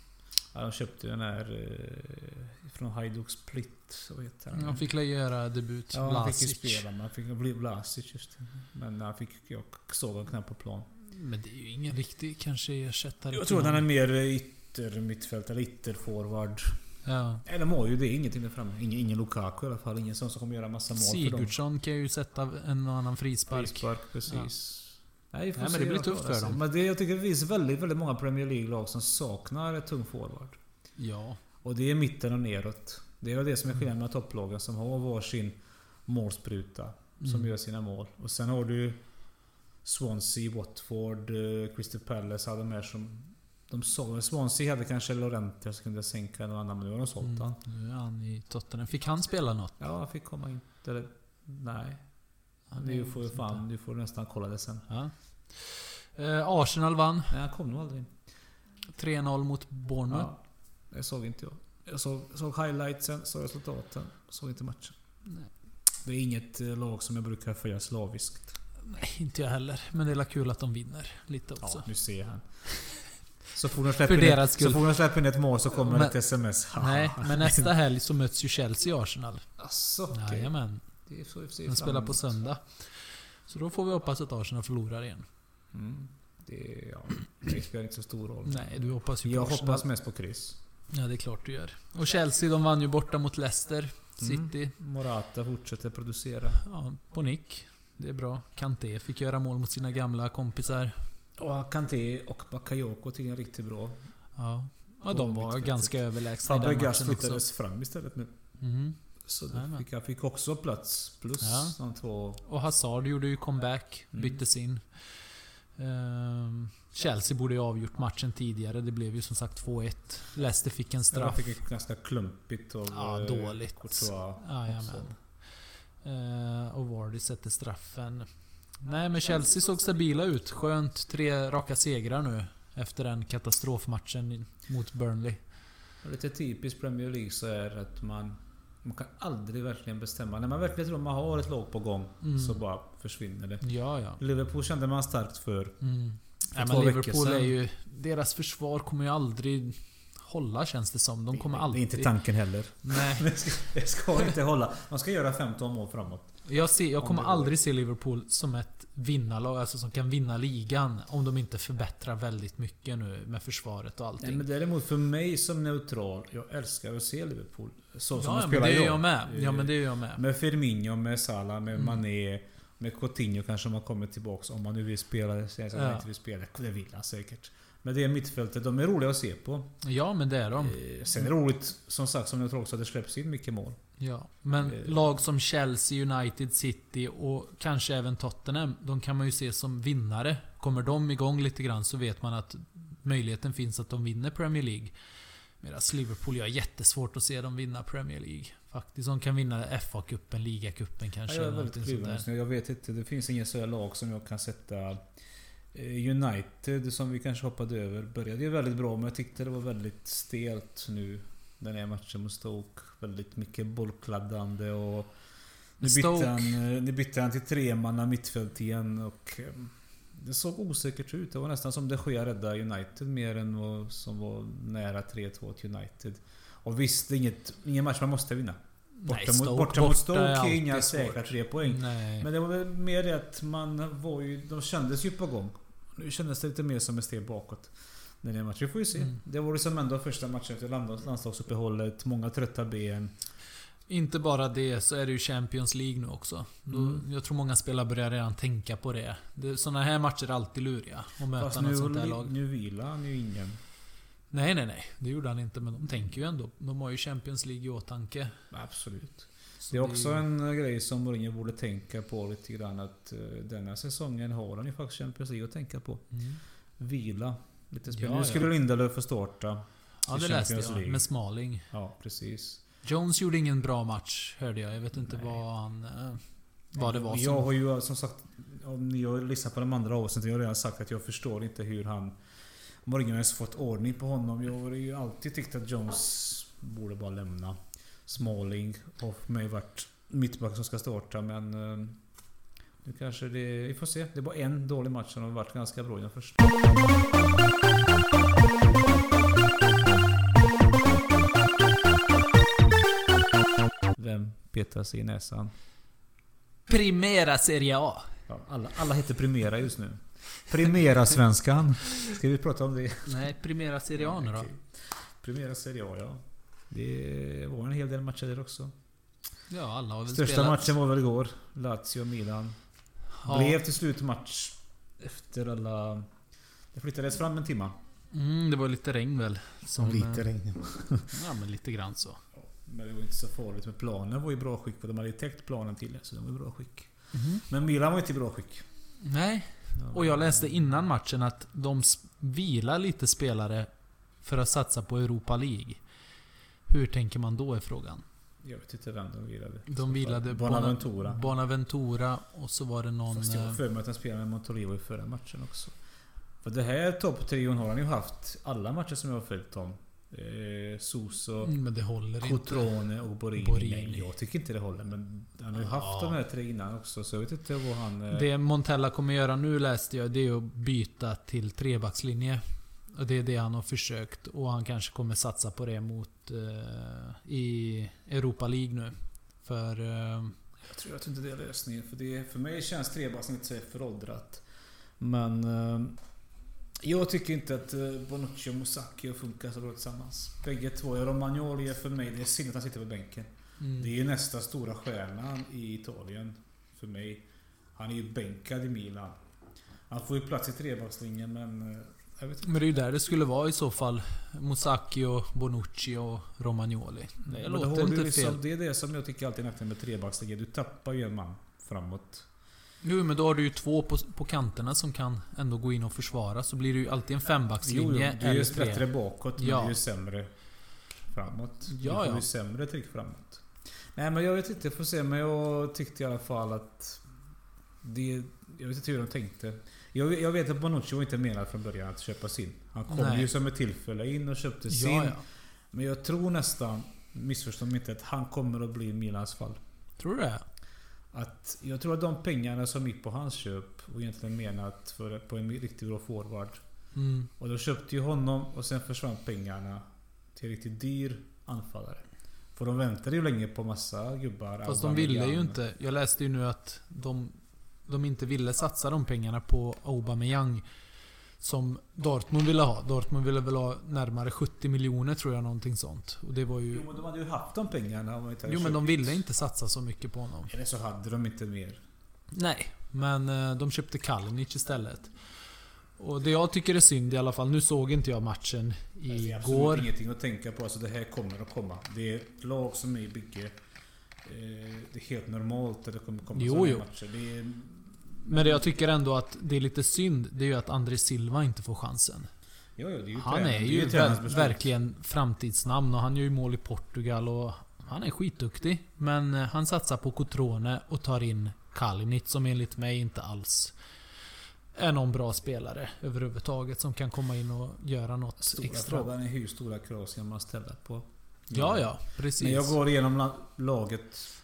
[SPEAKER 2] Ja, de köpte ju den här eh, från Hajduk Split. Så heter han.
[SPEAKER 3] Han fick väl göra debut.
[SPEAKER 2] Mm. ja, han fick ju
[SPEAKER 3] Vlasic.
[SPEAKER 2] spela, men han fick bli Vlasic just det. Men han fick, jag såg honom knappt på plan.
[SPEAKER 3] Men det är ju ingen riktig kanske ersättare.
[SPEAKER 2] Jag
[SPEAKER 3] till
[SPEAKER 2] tror att han är
[SPEAKER 3] honom.
[SPEAKER 2] mer yttermittfält eller ytterforward.
[SPEAKER 3] Ja.
[SPEAKER 2] Nej, de har ju det. Ingenting där framme. Ingen, ingen Lukaku i alla fall. Ingen sån som kommer göra massa mål för
[SPEAKER 3] Sigurdsson kan ju sätta en och annan
[SPEAKER 2] dem.
[SPEAKER 3] frispark.
[SPEAKER 2] Frispark, precis. Nej, vi får
[SPEAKER 3] Nej, men
[SPEAKER 2] se
[SPEAKER 3] det blir
[SPEAKER 2] vad
[SPEAKER 3] tufft
[SPEAKER 2] klarar
[SPEAKER 3] för
[SPEAKER 2] sig.
[SPEAKER 3] dem.
[SPEAKER 2] Men det, jag tycker det finns väldigt, väldigt många Premier League-lag som saknar ett tung forward.
[SPEAKER 3] Ja.
[SPEAKER 2] Och det är mitten och neråt. Det är väl det som är
[SPEAKER 3] Mm.
[SPEAKER 2] skillnaden mellan topplagen som har varsin målspruta. Som
[SPEAKER 3] Mm.
[SPEAKER 2] gör sina mål. Och sen har du Swansea, Watford, eh, Crystal Palace hade de här som... De såg, Swansea hade kanske Lorente som kunde sänka någon annan, men nu har de sålt
[SPEAKER 3] Mm.
[SPEAKER 2] han.
[SPEAKER 3] Nu är han i Tottenham. Fick han spela något?
[SPEAKER 2] Ja, han fick komma in. Eller, nej.
[SPEAKER 3] Han
[SPEAKER 2] Du
[SPEAKER 3] är- liksom
[SPEAKER 2] får ju fan, du får nästan kolla det sen.
[SPEAKER 3] Ja. Eh, Arsenal vann.
[SPEAKER 2] Nej, han kom nog aldrig in.
[SPEAKER 3] 3-0 mot Bournemouth.
[SPEAKER 2] Ja, det såg inte jag. Jag såg, såg highlightsen, såg resultaten, såg inte matchen.
[SPEAKER 3] Nej.
[SPEAKER 2] Det är inget eh, lag som jag brukar följa slaviskt.
[SPEAKER 3] Nej, inte jag heller. Men det är la kul att de vinner lite också.
[SPEAKER 2] Ja, nu ser han. Så fort de släpper,
[SPEAKER 3] För
[SPEAKER 2] in
[SPEAKER 3] deras
[SPEAKER 2] ett,
[SPEAKER 3] skull.
[SPEAKER 2] så fort de släpper in ett mål så kommer
[SPEAKER 3] Men-
[SPEAKER 2] ett sms. [LAUGHS] Haha.
[SPEAKER 3] Nej, men nästa helg så möts ju Chelsea och Arsenal.
[SPEAKER 2] Asså, Alltså, okej.
[SPEAKER 3] Jajamän.
[SPEAKER 2] Det är så vi ser
[SPEAKER 3] De
[SPEAKER 2] fram
[SPEAKER 3] spelar på
[SPEAKER 2] emot.
[SPEAKER 3] söndag. Så då får vi hoppas att Arsenal förlorar igen.
[SPEAKER 2] Mm. Det, är- ja, det spelar inte så stor roll.
[SPEAKER 3] Nej, du hoppas ju på
[SPEAKER 2] jag
[SPEAKER 3] Arsenal.
[SPEAKER 2] hoppas mest på kryss.
[SPEAKER 3] Ja, det är klart du gör. Och Chelsea, de vann ju borta mot Leicester
[SPEAKER 2] Mm.
[SPEAKER 3] City.
[SPEAKER 2] Morata fortsätter producera.
[SPEAKER 3] Ja, på nick. Det är bra. Kanté fick göra mål mot sina gamla kompisar.
[SPEAKER 2] Och Kanté och Bakayoko tycker jag är riktigt bra.
[SPEAKER 3] Ja, ja
[SPEAKER 2] Och
[SPEAKER 3] de var
[SPEAKER 2] mittfältet.
[SPEAKER 3] ganska överlägsna i den
[SPEAKER 2] Fabregas
[SPEAKER 3] matchen också.
[SPEAKER 2] flyttades fram istället nu.
[SPEAKER 3] Mm.
[SPEAKER 2] Så
[SPEAKER 3] Jajamän.
[SPEAKER 2] då fick, han fick också plats. Plus
[SPEAKER 3] Ja.
[SPEAKER 2] de två...
[SPEAKER 3] Och Hazard gjorde ju comeback,
[SPEAKER 2] Mm.
[SPEAKER 3] byttes in. Ehm, Chelsea borde ju ha avgjort matchen tidigare. Det blev ju som sagt 2-1. Leicester fick en
[SPEAKER 2] De
[SPEAKER 3] straff.
[SPEAKER 2] fick ett ganska klumpigt av...
[SPEAKER 3] Ja,
[SPEAKER 2] eh,
[SPEAKER 3] dåligt.
[SPEAKER 2] Courtois.
[SPEAKER 3] Jajamän. Eh, och Vardy sätter straffen. Nej men Chelsea såg stabila ut. Skönt. Tre raka segrar nu. Efter den katastrofmatchen i- mot Burnley.
[SPEAKER 2] Och Lite typiskt Premier League så är att man Man kan aldrig verkligen bestämma. När man verkligen tror att man har ett lag på gång
[SPEAKER 3] Mm.
[SPEAKER 2] så bara försvinner det.
[SPEAKER 3] Ja, ja.
[SPEAKER 2] Liverpool kände man starkt för.
[SPEAKER 3] Mm. Nej,
[SPEAKER 2] två
[SPEAKER 3] men
[SPEAKER 2] veckor
[SPEAKER 3] Liverpool är
[SPEAKER 2] sedan.
[SPEAKER 3] ju... Deras försvar kommer ju aldrig hålla känns det som. De kommer
[SPEAKER 2] Det är
[SPEAKER 3] alltid...
[SPEAKER 2] inte tanken heller. [LAUGHS]
[SPEAKER 3] Nej.
[SPEAKER 2] Det ska, det ska inte hålla. Man ska göra 15 mål framåt.
[SPEAKER 3] Jag, ser, jag
[SPEAKER 2] Om
[SPEAKER 3] kommer
[SPEAKER 2] det går.
[SPEAKER 3] aldrig se Liverpool som ett vinnarlag, alltså som kan vinna ligan. Om de inte förbättrar väldigt mycket nu med försvaret och allting.
[SPEAKER 2] Nej, men däremot för mig som neutral, jag älskar att se Liverpool. Så som
[SPEAKER 3] ja,
[SPEAKER 2] de
[SPEAKER 3] men
[SPEAKER 2] spelar
[SPEAKER 3] det är
[SPEAKER 2] idag.
[SPEAKER 3] jag med. Ja, men det är jag med.
[SPEAKER 2] Med Firmino, med Salah, med
[SPEAKER 3] Mm.
[SPEAKER 2] Mané. Med Coutinho kanske man kommer tillbaks om man nu vill spela. Säger att
[SPEAKER 3] Ja.
[SPEAKER 2] man inte vill spela. Det vill han säkert. Men det är mittfältet, de är roliga att se på.
[SPEAKER 3] Ja, men det är de.
[SPEAKER 2] Eh, Sen är det roligt, som sagt, som jag tror också, att det släpps in mycket mål.
[SPEAKER 3] Ja. Men
[SPEAKER 2] Eh.
[SPEAKER 3] lag som Chelsea, United, City och kanske även Tottenham. De kan man ju se som vinnare. Kommer de igång lite grann så vet man att möjligheten finns att de vinner Premier League. Medan Liverpool, jag har jättesvårt att se dem vinna Premier League. Faktiskt. De kan vinna FA-cupen, ligacupen kanske.
[SPEAKER 2] Jag är
[SPEAKER 3] eller
[SPEAKER 2] väldigt
[SPEAKER 3] någonting sånt
[SPEAKER 2] kluven
[SPEAKER 3] där.
[SPEAKER 2] just nu. Jag vet inte, det finns inget sådär lag som jag kan sätta... Eh, United, som vi kanske hoppade över, började ju väldigt bra men jag tyckte det var väldigt stelt nu. Den här matchen mot Stoke. Väldigt mycket bollkladdande och... Nu bytte,
[SPEAKER 3] Stoke.
[SPEAKER 2] han, eh, nu bytte han till tremanna mittfält igen och... eh, Det såg osäkert ut. Det var nästan som de Gea räddade United mer än vad som var nära 3-2 till United. Och visst, det är inget, ingen match man måste vinna. Borta,
[SPEAKER 3] Nej,
[SPEAKER 2] mot,
[SPEAKER 3] Stoke-
[SPEAKER 2] borta mot Stoke
[SPEAKER 3] är
[SPEAKER 2] är
[SPEAKER 3] alltid
[SPEAKER 2] inga
[SPEAKER 3] svårt.
[SPEAKER 2] säkra tre poäng.
[SPEAKER 3] Nej.
[SPEAKER 2] Men det var väl mer det att man var ju... De kändes ju på gång. Nu kändes det lite mer som ett steg bakåt. När det är match. Vi får ju se.
[SPEAKER 3] Mm.
[SPEAKER 2] Det var det som ändå första matchen efter land- landslagsuppehållet. Många trötta ben.
[SPEAKER 3] Inte bara det, så är det ju Champions League nu också. Då,
[SPEAKER 2] Mm.
[SPEAKER 3] Jag tror många spelare börjar redan tänka på det. det såna här matcher är alltid luriga. Att
[SPEAKER 2] Fast
[SPEAKER 3] möta
[SPEAKER 2] nu,
[SPEAKER 3] något sånt här
[SPEAKER 2] li-
[SPEAKER 3] lag.
[SPEAKER 2] nu vilar han ju ingen.
[SPEAKER 3] Nej, nej, nej. Det gjorde han inte, men de tänker ju ändå. De har ju Champions League i åtanke.
[SPEAKER 2] Absolut.
[SPEAKER 3] Så
[SPEAKER 2] Det är också
[SPEAKER 3] ju-
[SPEAKER 2] en eh, grej som Mourinho borde tänka på lite grann. Att eh, denna säsongen har han ju faktiskt Champions League att tänka på.
[SPEAKER 3] Mm.
[SPEAKER 2] Vila. Lite spel.
[SPEAKER 3] Ja,
[SPEAKER 2] nu
[SPEAKER 3] ja.
[SPEAKER 2] skulle Lindelöf få starta.
[SPEAKER 3] Ja,
[SPEAKER 2] i
[SPEAKER 3] det läste
[SPEAKER 2] Champions
[SPEAKER 3] jag.
[SPEAKER 2] League.
[SPEAKER 3] Med Smalling.
[SPEAKER 2] Ja, precis.
[SPEAKER 3] Jones gjorde ingen bra match, hörde jag. Jag vet inte
[SPEAKER 2] Nej.
[SPEAKER 3] vad han... eh, Vad det var
[SPEAKER 2] Jag
[SPEAKER 3] som...
[SPEAKER 2] har ju som sagt, om ni har lyssnat på de andra avsnitten, jag har redan sagt att jag förstår inte hur han... Mourinho har ens fått ordning på honom. Jag har ju alltid tyckt att Jones borde bara lämna. Smalling har för mig varit mittback som ska starta men... eh, Nu kanske det... Vi får se. Det är bara en dålig match som har varit ganska bra i den första. Vem petar sig i näsan?
[SPEAKER 3] Primera Serie A.
[SPEAKER 2] Ja, alla, alla heter Primera just nu. Primera svenskan. Ska vi prata om det?
[SPEAKER 3] Nej, Primera Serie A nu då.
[SPEAKER 2] Okej. Primera Serie A, ja. Det var en hel del matcher där också.
[SPEAKER 3] Ja, alla har väl
[SPEAKER 2] Största
[SPEAKER 3] spelat.
[SPEAKER 2] matchen var väl igår. Lazio-Milan.
[SPEAKER 3] Ja.
[SPEAKER 2] Blev till slut match. Efter alla... Det flyttades fram en timma.
[SPEAKER 3] Mm, det var lite regn väl? Som, eh,
[SPEAKER 2] regn.
[SPEAKER 3] [LAUGHS] Ja, men lite grann så.
[SPEAKER 2] Men det var inte så farligt. Men planen var i bra skick. för De hade ju täckt planen till det, så den var i bra skick. Men Milan var inte i bra skick.
[SPEAKER 3] Nej, och jag läste innan matchen att de s- vilar lite spelare för att satsa på Europa League. Hur tänker man då är frågan.
[SPEAKER 2] Jag vet inte vem de vilade.
[SPEAKER 3] De vilade
[SPEAKER 2] Bonaventura.
[SPEAKER 3] Bona- Bonaventura och så var det någon...
[SPEAKER 2] Fast jag har
[SPEAKER 3] eh,
[SPEAKER 2] för mig att han spelade med Montorio i förra matchen också. För det här topptrion har han ju haft alla matcher som jag har följt om. Eh, Soso,
[SPEAKER 3] mm, Men det håller inte.
[SPEAKER 2] Cotrone och Borini.
[SPEAKER 3] Borini.
[SPEAKER 2] Nej, jag tycker inte det håller men han har ju haft
[SPEAKER 3] Ja.
[SPEAKER 2] de här tre innan också så jag vet inte vad han... eh,
[SPEAKER 3] Det Montella kommer göra nu läste jag, det är att byta till trebackslinje. Och det är det han har försökt och han kanske kommer satsa på det mot... Eh, I Europa League nu. För...
[SPEAKER 2] Mm.
[SPEAKER 3] Eh,
[SPEAKER 2] Jag tror att inte det är lösningen för det, för mig känns trebas inte så föråldrat. Men... Eh, jag tycker inte att eh, Bonucci och Musacchio funkar så bra tillsammans. Bägge två. Ja, Romagnoli är för mig, det är synd att han sitter på bänken.
[SPEAKER 3] mm.
[SPEAKER 2] Det är ju nästa stora stjärnan i Italien för mig. Han är ju bänkad i Milan. Han får ju plats i trebackslinjen men... eh, Jag vet inte.
[SPEAKER 3] Men det är ju där det skulle vara i så fall. Musacchio, Bonucci och Romagnoli. Det
[SPEAKER 2] Mm. Men då har
[SPEAKER 3] låter
[SPEAKER 2] du
[SPEAKER 3] inte
[SPEAKER 2] liksom,
[SPEAKER 3] fel.
[SPEAKER 2] Det är det som jag tycker alltid är nackdelen med trebackslinjen. Du tappar ju en man framåt.
[SPEAKER 3] Jo, men då har du ju två på, på kanterna som kan ändå gå in och försvara. Så blir det ju alltid en fembackslinje
[SPEAKER 2] du är
[SPEAKER 3] eller
[SPEAKER 2] ju bättre
[SPEAKER 3] tre.
[SPEAKER 2] bakåt men
[SPEAKER 3] Ja.
[SPEAKER 2] du är ju sämre framåt.
[SPEAKER 3] Ja,
[SPEAKER 2] du får
[SPEAKER 3] ja.
[SPEAKER 2] ju sämre tryck framåt. Nej men jag vet inte, jag får se. Men jag tyckte i alla fall att... Det, jag vet inte hur de tänkte. Jag, jag vet att Bonucci var inte menad från början att köpas in. Han kom
[SPEAKER 3] Nej.
[SPEAKER 2] ju som ett tillfälle in och köptes
[SPEAKER 3] Ja,
[SPEAKER 2] in.
[SPEAKER 3] ja.
[SPEAKER 2] Men jag tror nästan... Missförstå mig inte. att Han kommer att bli Milans fall.
[SPEAKER 3] Tror du det?
[SPEAKER 2] Att jag tror att de pengarna som gick på hans köp var egentligen menat för, på en riktigt bra forward.
[SPEAKER 3] Mm.
[SPEAKER 2] Och de köpte ju honom och sen försvann pengarna till en riktigt dyr anfallare. För de väntade ju länge på massa gubbar.
[SPEAKER 3] Fast de ville ju
[SPEAKER 2] Aubameyang.
[SPEAKER 3] inte. Jag läste ju nu att de, de inte ville satsa de pengarna på Aubameyang. Som Dortmund ville ha. Dortmund ville väl ha närmare 70 miljoner tror jag, någonting sånt. Och det var ju...
[SPEAKER 2] Jo men de hade ju haft de pengarna om man inte hade
[SPEAKER 3] Jo men de
[SPEAKER 2] köpt.
[SPEAKER 3] ville inte satsa så mycket på honom.
[SPEAKER 2] Eller så hade de inte mer. Alltså,
[SPEAKER 3] Nej, men eh, de köpte Kalinic istället. Och det jag tycker är synd i alla fall, nu såg inte jag matchen
[SPEAKER 2] Det är absolut
[SPEAKER 3] igår.
[SPEAKER 2] ingenting att tänka på. Alltså det här kommer att komma. Det är ett lag som är i bygge. Eh, Det är helt normalt att det kommer komma
[SPEAKER 3] Jo,
[SPEAKER 2] sådana
[SPEAKER 3] jo.
[SPEAKER 2] matcher. Det är,
[SPEAKER 3] Men det jag tycker ändå att det är lite synd, det är ju att André Silva inte får chansen.
[SPEAKER 2] ja, ja, det är ju
[SPEAKER 3] Han
[SPEAKER 2] tränaren.
[SPEAKER 3] är
[SPEAKER 2] Det
[SPEAKER 3] ju ett
[SPEAKER 2] tränarens
[SPEAKER 3] ver-
[SPEAKER 2] beslut.
[SPEAKER 3] verkligen framtidsnamn och han gör ju mål i Portugal och han är skitduktig. Men eh, han satsar på Cotrone och tar in Kalinic som enligt mig inte alls är någon bra spelare överhuvudtaget som kan komma in och göra något
[SPEAKER 2] Stora
[SPEAKER 3] extra.
[SPEAKER 2] frågan är hur stora krav ska man ställa på...
[SPEAKER 3] Ja, ja.
[SPEAKER 2] När jag
[SPEAKER 3] Precis.
[SPEAKER 2] går igenom la- laget.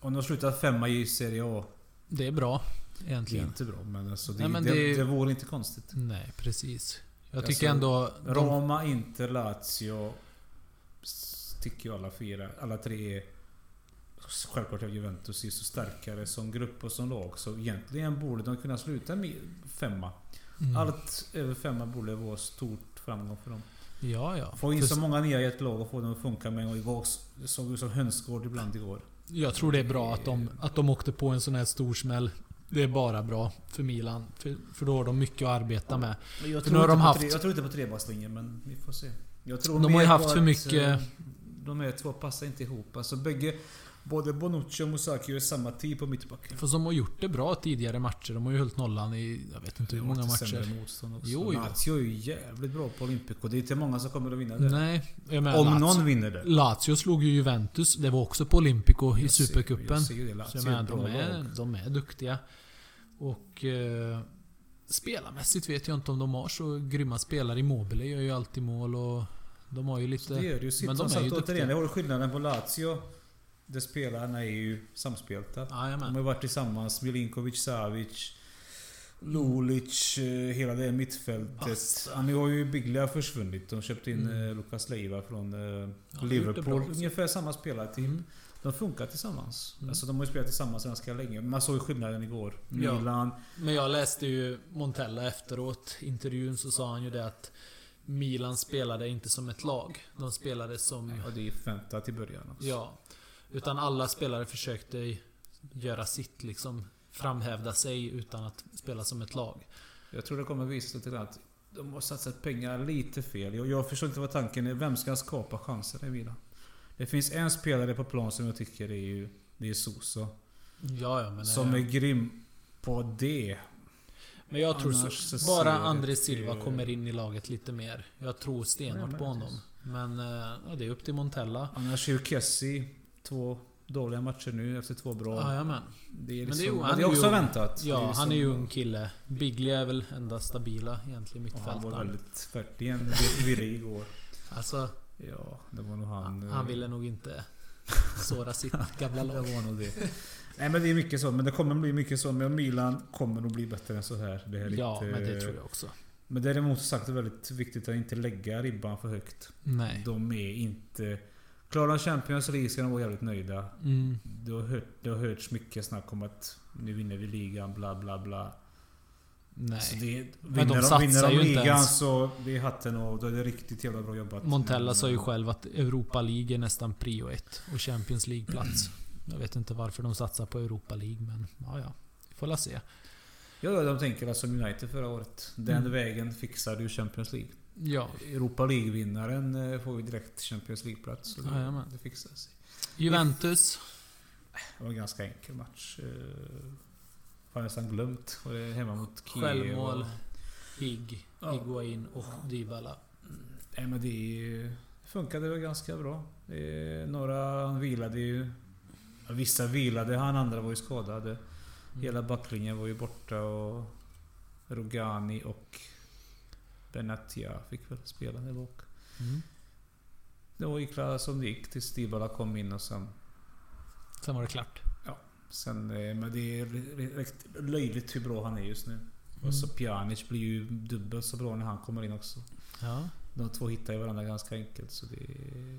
[SPEAKER 2] Om de slutar femma i Serie A.
[SPEAKER 3] Det är bra.
[SPEAKER 2] Det är
[SPEAKER 3] Egentligen.
[SPEAKER 2] inte bra men alltså det,
[SPEAKER 3] Nej, men
[SPEAKER 2] det,
[SPEAKER 3] det är
[SPEAKER 2] det,
[SPEAKER 3] ju-
[SPEAKER 2] vore inte konstigt.
[SPEAKER 3] Nej, precis. Jag
[SPEAKER 2] Alltså,
[SPEAKER 3] tycker ändå... De,
[SPEAKER 2] Roma, Inter, Lazio... s- Tycker jag alla fyra, alla tre är... Självklart är Juventus är så starkare som grupp och som lag så egentligen borde de kunna sluta med femma.
[SPEAKER 3] mm,
[SPEAKER 2] Allt över femma borde vara stort framgång för dem.
[SPEAKER 3] ja, ja.
[SPEAKER 2] Få in
[SPEAKER 3] För-
[SPEAKER 2] så många nya i ett lag och få dem att funka med en gång. Igår s- såg ut som hönsgård ibland igår.
[SPEAKER 3] Jag tror det är bra att de, att de åkte på en sån här stor smäll. Det är bara bra för Milan. För, för då har de mycket att arbeta med.
[SPEAKER 2] Jag
[SPEAKER 3] För
[SPEAKER 2] tror,
[SPEAKER 3] nu har
[SPEAKER 2] inte
[SPEAKER 3] de
[SPEAKER 2] på
[SPEAKER 3] haft-
[SPEAKER 2] tre, jag tror inte på trebackslinjen men vi får se. Jag tror
[SPEAKER 3] De har ju
[SPEAKER 2] mer på
[SPEAKER 3] haft för
[SPEAKER 2] att,
[SPEAKER 3] mycket-
[SPEAKER 2] eh, De här två passar inte ihop. Alltså bägge... Både Bonucci och Musaki gör samma tid på mittbacken.
[SPEAKER 3] För de har gjort det bra tidigare matcher. De har ju hållit nollan i... Jag vet inte hur många matcher. Jo,
[SPEAKER 2] Jo,
[SPEAKER 3] jo.
[SPEAKER 2] jo. Lazio är ju jävligt bra på Olympico. Det är inte många som kommer att vinna det.
[SPEAKER 3] Nej, jag menar...
[SPEAKER 2] Om
[SPEAKER 3] Lazio,
[SPEAKER 2] någon vinner det.
[SPEAKER 3] Lazio slog ju Juventus. Det var också på Olympico i
[SPEAKER 2] Jag ser-
[SPEAKER 3] Supercupen.
[SPEAKER 2] Jag ser ju det.
[SPEAKER 3] Så
[SPEAKER 2] Lazio
[SPEAKER 3] jag
[SPEAKER 2] är
[SPEAKER 3] menar,
[SPEAKER 2] ett bra
[SPEAKER 3] de, är,
[SPEAKER 2] lag.
[SPEAKER 3] de är duktiga. Och... Eh, spelarmässigt vet jag inte om de har så grymma spelare. Immobile gör ju alltid mål och... De har ju
[SPEAKER 2] Så Det
[SPEAKER 3] lite...
[SPEAKER 2] gör det ju sitt.
[SPEAKER 3] Men
[SPEAKER 2] Men
[SPEAKER 3] de
[SPEAKER 2] de
[SPEAKER 3] är ju
[SPEAKER 2] sagt
[SPEAKER 3] duktiga.
[SPEAKER 2] återigen, det har skillnaden på Lazio. Där spelarna är ju samspelta. De
[SPEAKER 3] Jajamän.
[SPEAKER 2] har varit tillsammans, Milinkovic, Savic, Lulic, eh, hela det mittfältet.
[SPEAKER 3] Basta.
[SPEAKER 2] Ja, nu har ju Biglia försvunnit. De köpte in
[SPEAKER 3] Mm.
[SPEAKER 2] mm. Lukas Leiva från eh,
[SPEAKER 3] han gjorde bra
[SPEAKER 2] Liverpool.
[SPEAKER 3] också.
[SPEAKER 2] Ungefär samma spelarteam.
[SPEAKER 3] Mm.
[SPEAKER 2] De funkar tillsammans.
[SPEAKER 3] Mm.
[SPEAKER 2] Alltså de har ju spelat tillsammans ganska länge. Man såg ju skillnaden igår.
[SPEAKER 3] Ja.
[SPEAKER 2] Milan.
[SPEAKER 3] Men jag läste ju Montella efteråt. Intervjun så sa han ju det att Milan spelade inte som ett lag. De spelade som...
[SPEAKER 2] Ja, det är förväntat i början också.
[SPEAKER 3] Ja. Utan alla spelare försökte göra sitt liksom. Framhävda sig utan att spela som ett lag.
[SPEAKER 2] Jag tror det kommer visa sig lite grann att de har satsat pengar lite fel. Jag, jag förstår inte vad tanken är. Vem ska skapa chanser i Milan? Det finns en spelare på plan som jag tycker är ju... Det är Sosa.
[SPEAKER 3] Ja, ja men...
[SPEAKER 2] Som är
[SPEAKER 3] eh,
[SPEAKER 2] grym på det.
[SPEAKER 3] men jag tror
[SPEAKER 2] annars
[SPEAKER 3] så,
[SPEAKER 2] så
[SPEAKER 3] Bara
[SPEAKER 2] ser det
[SPEAKER 3] André
[SPEAKER 2] till-
[SPEAKER 3] Silva kommer in i laget lite mer. Jag tror stenhårt
[SPEAKER 2] Ja,
[SPEAKER 3] på
[SPEAKER 2] men-
[SPEAKER 3] honom. Men eh, ja, det är upp till Montella.
[SPEAKER 2] Annars är ju Kessi två dåliga matcher nu efter två bra.
[SPEAKER 3] Jajamän.
[SPEAKER 2] Det är
[SPEAKER 3] Men
[SPEAKER 2] liksom,
[SPEAKER 3] det är ju-
[SPEAKER 2] men
[SPEAKER 3] han
[SPEAKER 2] det
[SPEAKER 3] är
[SPEAKER 2] är
[SPEAKER 3] ju
[SPEAKER 2] också
[SPEAKER 3] ung.
[SPEAKER 2] väntat. Det är
[SPEAKER 3] Ja,
[SPEAKER 2] liksom-
[SPEAKER 3] han är ju ung kille. Biglia är väl enda stabila egentligen
[SPEAKER 2] Ja, Han var
[SPEAKER 3] mittfältaren.
[SPEAKER 2] väldigt tvärtigen vir- virrig igår.
[SPEAKER 3] Alltså,
[SPEAKER 2] Ja, det var nog han.
[SPEAKER 3] han,
[SPEAKER 2] eh,
[SPEAKER 3] ville nog
[SPEAKER 2] [LAUGHS]
[SPEAKER 3] inte såra sitt gamla
[SPEAKER 2] Det
[SPEAKER 3] lag.
[SPEAKER 2] var nog det. Nej men det är mycket så. Men det kommer bli mycket så. Men Milan kommer att bli bättre än så här. Det är lite,
[SPEAKER 3] Ja, men det tror jag också.
[SPEAKER 2] Men däremot som sagt det är väldigt viktigt att inte lägga ribban för högt.
[SPEAKER 3] Nej.
[SPEAKER 2] De är inte... Klarar de Champions League ska de vara jävligt nöjda.
[SPEAKER 3] Mm.
[SPEAKER 2] Det har, hört, det har hörts mycket snack om att nu vinner vi ligan, bla bla bla. Så
[SPEAKER 3] Nej.
[SPEAKER 2] Alltså, det, vinner
[SPEAKER 3] Men de
[SPEAKER 2] de,
[SPEAKER 3] satsar
[SPEAKER 2] vinner de
[SPEAKER 3] ju inte
[SPEAKER 2] ligan
[SPEAKER 3] ens.
[SPEAKER 2] så det är hatten av. Då är det riktigt jävla bra jobbat.
[SPEAKER 3] Montella sa ju själv att Europa League är nästan prio ett och Champions
[SPEAKER 2] [CLEARS THROAT]
[SPEAKER 3] League-plats. Jag vet inte varför de satsar på Europa League, men ja, ja. Vi får la se.
[SPEAKER 2] Ja, ja, de tänker alltså United förra året. Den
[SPEAKER 3] Mm.
[SPEAKER 2] vägen fixar du Champions League.
[SPEAKER 3] Ja.
[SPEAKER 2] Europa League-vinnaren eh, får ju direkt Champions League-plats. Så det,
[SPEAKER 3] Jajamän.
[SPEAKER 2] det fixar sig.
[SPEAKER 3] Juventus.
[SPEAKER 2] Det var en ganska enkel match. Eh, Har jag nästan glömt. Var det hemma mot Kiev?
[SPEAKER 3] Självmål.
[SPEAKER 2] och-
[SPEAKER 3] Higg.
[SPEAKER 2] Ja.
[SPEAKER 3] Higuain och Dybala.
[SPEAKER 2] Nej men det funkade väl ganska bra. Eh, Några vilade ju. Ja, Vissa vilade, han andra var ju skadade. Hela backlinjen var ju borta och Rogani och Benatia fick väl spela där bak.
[SPEAKER 3] Mm.
[SPEAKER 2] det var Ikra som det gick tills Dybala kom in och sen...
[SPEAKER 3] Sen var det klart.
[SPEAKER 2] sen eh, men det är rätt löjligt hur bra han är just nu. Och
[SPEAKER 3] Mm.
[SPEAKER 2] så Pjanic blir ju dubbelt så bra när han kommer in också.
[SPEAKER 3] Ja.
[SPEAKER 2] De två hittar ju varandra ganska enkelt. Så det,